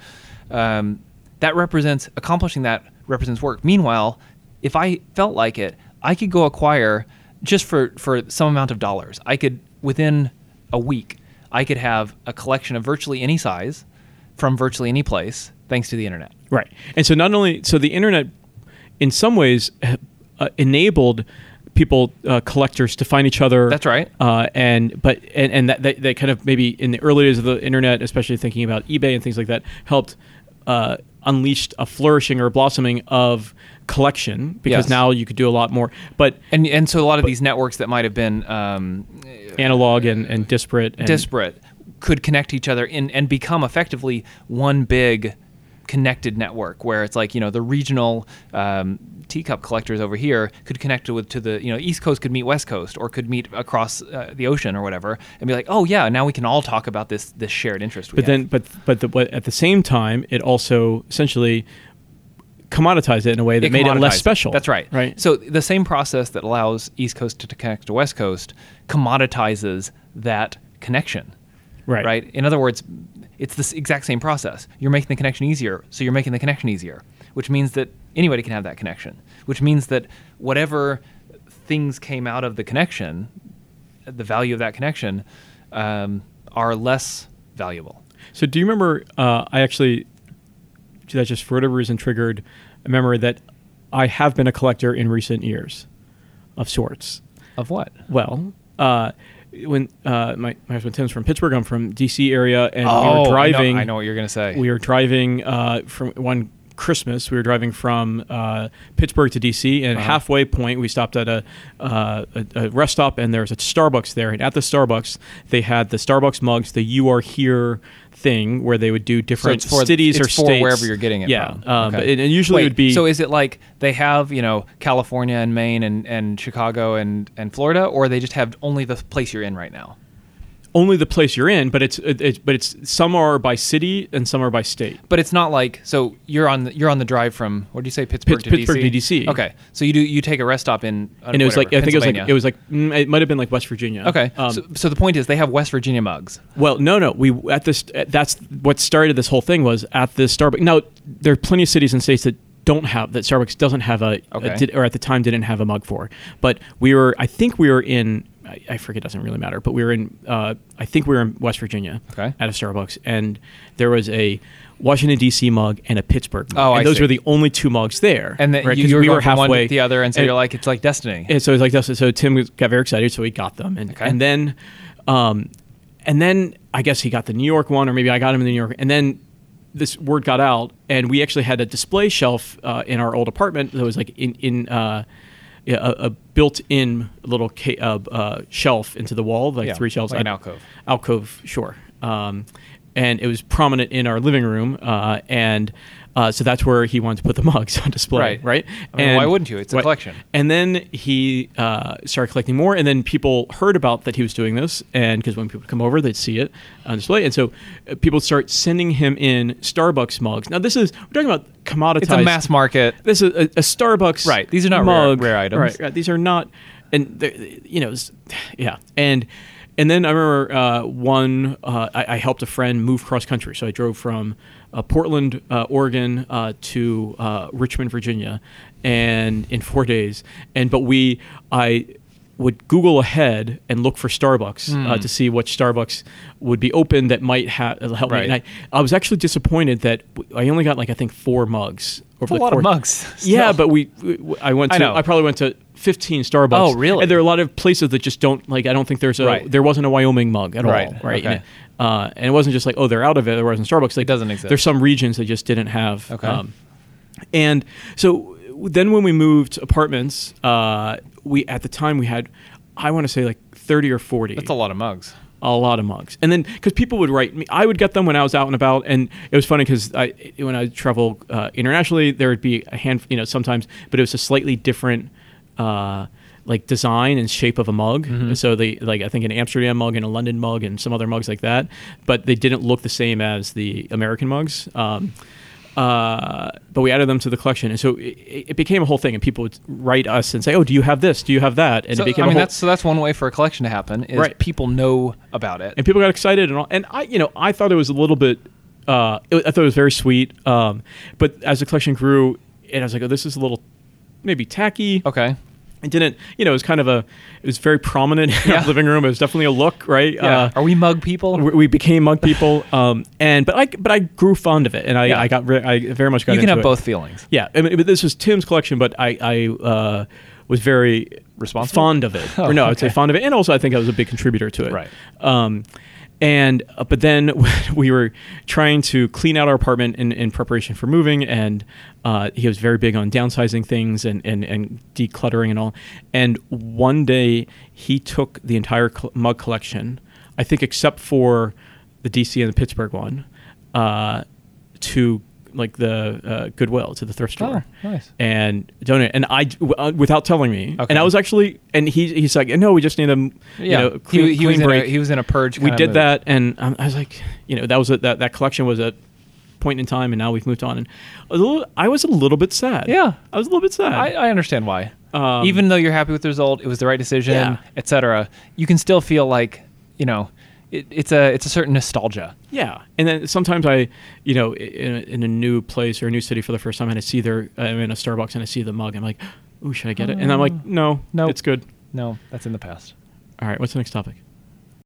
A: um, that represents accomplishing that represents work meanwhile if i felt like it i could go acquire just for for some amount of dollars i could within a week i could have a collection of virtually any size from virtually any place thanks to the internet
B: Right. And so not only so the internet, in some ways, h- uh, enabled people uh, collectors to find each other.
A: That's right.
B: Uh, and but and, and that, that that kind of maybe in the early days of the internet, especially thinking about eBay and things like that, helped uh, unleashed a flourishing or blossoming of collection because
A: Yes.
B: now you could do a lot more. But
A: and and so a lot of these networks that might have been um,
B: analog and, and disparate and
A: disparate could connect each other in, and become effectively one big connected network where it's like you know the regional um, teacup collectors over here could connect with to the you know east coast could meet west coast or could meet across uh, the ocean or whatever and be like oh yeah now we can all talk about this this shared interest we
B: but
A: have.
B: then but but the, but at the same time it also essentially commoditized it in a way that
A: It
B: made it
A: commoditized
B: less special
A: That's right.
B: right
A: So the same process that allows East Coast to connect to West Coast commoditizes that connection.
B: Right.
A: Right. In other words, it's this exact same process. You're making the connection easier, so you're making the connection easier, which means that anybody can have that connection. Which means that whatever things came out of the connection, the value of that connection, um, are less valuable.
B: So do you remember? Uh, I actually that just for whatever reason triggered a memory that I have been a collector in recent years, of sorts.
A: Of what?
B: Well, uh, when uh, my my husband Tim's from Pittsburgh, I'm from D.C. area, and we were
A: Oh, I
B: driving.
A: know, I know what you're gonna say.
B: We were driving uh, from one Christmas. We were driving from uh, Pittsburgh to DC, and
A: Uh-huh.
B: halfway point, we stopped at a, uh, a, a rest stop, and there was a Starbucks there. And at the Starbucks, they had the Starbucks mugs, the "You Are Here" thing, where they would do different
A: it's for-
B: cities
A: it's
B: or
A: for
B: states.
A: wherever you're getting it
B: Yeah,
A: from.
B: um,
A: Okay.
B: but- and, and usually
A: Wait,
B: it would be
A: So is it like they have you know California and Maine and, and Chicago and, and Florida, or they just have only the place you're in right now?
B: only the place you're in, but it's it, it, but it's some are by city and some are by state.
A: But it's not like so you're on the, you're on the drive from what do you say Pittsburgh
B: Pitts-
A: to
B: Pittsburgh
A: DC?
B: to DC.
A: Okay, so you do you take a rest stop in uh,
B: And it was like
A: whatever,
B: I think it was like
A: Pennsylvania.
B: it was like mm, it might have been like West Virginia.
A: okay.
B: Um,
A: so, so the point is they have West Virginia mugs.
B: Well, no, no. We at this. At, that's what started this whole thing was at this Starbucks. Now there are plenty of cities and states that don't have that Starbucks doesn't have a, a
A: Okay.
B: did, or at the time didn't have a mug for. But we were. I think we were in. I, I forget. Doesn't really matter. But we were in. Uh, I think we were in West Virginia.
A: Okay.
B: At a Starbucks, and there was a Washington D.C. mug and a Pittsburgh. mug.
A: Oh,
B: and
A: I
B: those
A: see.
B: were the only two mugs there.
A: And then
B: right?
A: you,
B: 'Cause
A: you were
B: we
A: going
B: were
A: from
B: halfway
A: one to the other, and so
B: and-
A: you're like it's like destiny.
B: and so it's like that's so Tim was- got very excited, so he got them, and
A: Okay.
B: and then, um, and then I guess he got the New York one, or maybe I got him the New York, and then this word got out, and we actually had a display shelf uh, in our old apartment that was like in in. Uh, yeah, a, a built-in little ca- uh, uh, shelf into the wall, like
A: Yeah,
B: three shelves.
A: like an
B: I-
A: alcove.
B: alcove sure um, and it was prominent in our living room uh, and uh, so that's where he wanted to put the mugs on display
A: Right.
B: right,
A: I mean, why wouldn't you? It's a
B: Why-
A: collection.
B: and then he uh, started collecting more and then people heard about that he was doing this and because when people come over they'd see it on display and so uh, people start sending him in starbucks mugs now this is we're talking about commoditized
A: It's a mass market.
B: this is a, a Starbucks.
A: Right, these are not rare-
B: mug.
A: rare items.
B: Right, right, These are not. and there, you know, s- yeah, and and then I remember uh, one uh, I, I helped a friend move cross country, so I drove from uh, Portland, uh, Oregon, uh, to uh, Richmond, Virginia, and in four days. And but we I would Google ahead and look for Starbucks uh,
A: Mm.
B: to see what Starbucks would be open that might ha- help
A: Right.
B: me. And I, I was actually disappointed that w- I only got like I think four mugs. Over
A: That's a
B: the
A: lot of
B: course-
A: mugs.
B: yeah,
A: Still.
B: but we, we I went
A: I
B: to
A: know.
B: I, probably went to 15 Starbucks.
A: Oh, really?
B: And there are a lot of places that just don't like I don't think there's a
A: Right.
B: there wasn't a Wyoming mug at
A: Right,
B: all, right?
A: okay.
B: And, uh, and it wasn't just like oh they're out of it, there wasn't Starbucks. Like,
A: doesn't exist.
B: There's some regions that just didn't have um,
A: Okay.
B: and so then when we moved apartments, uh, we at the time we had I want to say like 30 or 40
A: that's a lot of mugs.
B: a lot of mugs. And then because people would write me, I would get them when I was out and about, and it was funny because I when I travel uh, internationally, there would be a hand, you know, sometimes, but it was a slightly different. Uh, like design and shape of a mug,
A: Mm-hmm.
B: so they like I think an Amsterdam mug and a London mug and some other mugs like that, but they didn't look the same as the American mugs. Um, uh, but we added them to the collection, and so it, it became a whole thing. And people would write us and say, "Oh, do you have this? Do you have that?" And
A: So,
B: it became
A: I
B: a
A: mean,
B: whole,
A: that's so that's one way for a collection to happen is
B: Right.
A: people know about it.
B: and people got excited and all. And I, you know, I thought it was a little bit. Uh, it- I thought it was very sweet. Um, but as the collection grew, and I was like, oh, this is a little maybe tacky.
A: okay.
B: It didn't, you know, it was kind of a, it was very prominent in
A: Yeah.
B: our living room. It was definitely a look, right?
A: Yeah.
B: Uh,
A: Are we mug people?
B: we, we became monk people, um, and but I but I grew fond of it, and I,
A: Yeah.
B: I got re- I very much got
A: you can
B: into
A: have
B: it.
A: both feelings.
B: Yeah, I mean, but this was Tim's collection, but I, I uh, was very
A: Responsible?
B: fond of it.
A: Oh,
B: or no, I would say
A: okay.
B: fond of it, and also I think I was a big contributor to it.
A: Right.
B: Um, and uh, but then when we were trying to clean out our apartment in, in preparation for moving, and uh, he was very big on downsizing things and, and, and decluttering and all. And one day he took the entire col- mug collection, I think except for the DC and the Pittsburgh one, uh, to like the uh, Goodwill to the thrift store
A: Oh, nice.
B: and donate. And I w- uh, without telling me.
A: Okay.
B: And I was actually and he he's like no we just need a m- you
A: Yeah.
B: know clean,
A: he, he
B: clean
A: was
B: break.
A: In a, he was in a purge.
B: we
A: kinda
B: did
A: mood.
B: that and um, I was like you know that was a, that that collection was a point in time and now we've moved on and I was a little, I was a little bit sad.
A: Yeah.
B: I was a little bit sad.
A: I, uh, I understand why.
B: Um,
A: Even though you're happy with the result, it was the right decision,
B: Yeah.
A: etc. You can still feel like you know, it, it's a it's a certain nostalgia.
B: Yeah, and then sometimes I, you know, i- in a, in a new place or a new city for the first time, and I see their, I'm in a Starbucks and I see the mug, I'm like, ooh, should I get it? And I'm like, no,
A: Mm. Nope.
B: it's good.
A: No, that's in the past.
B: All right, what's the next topic?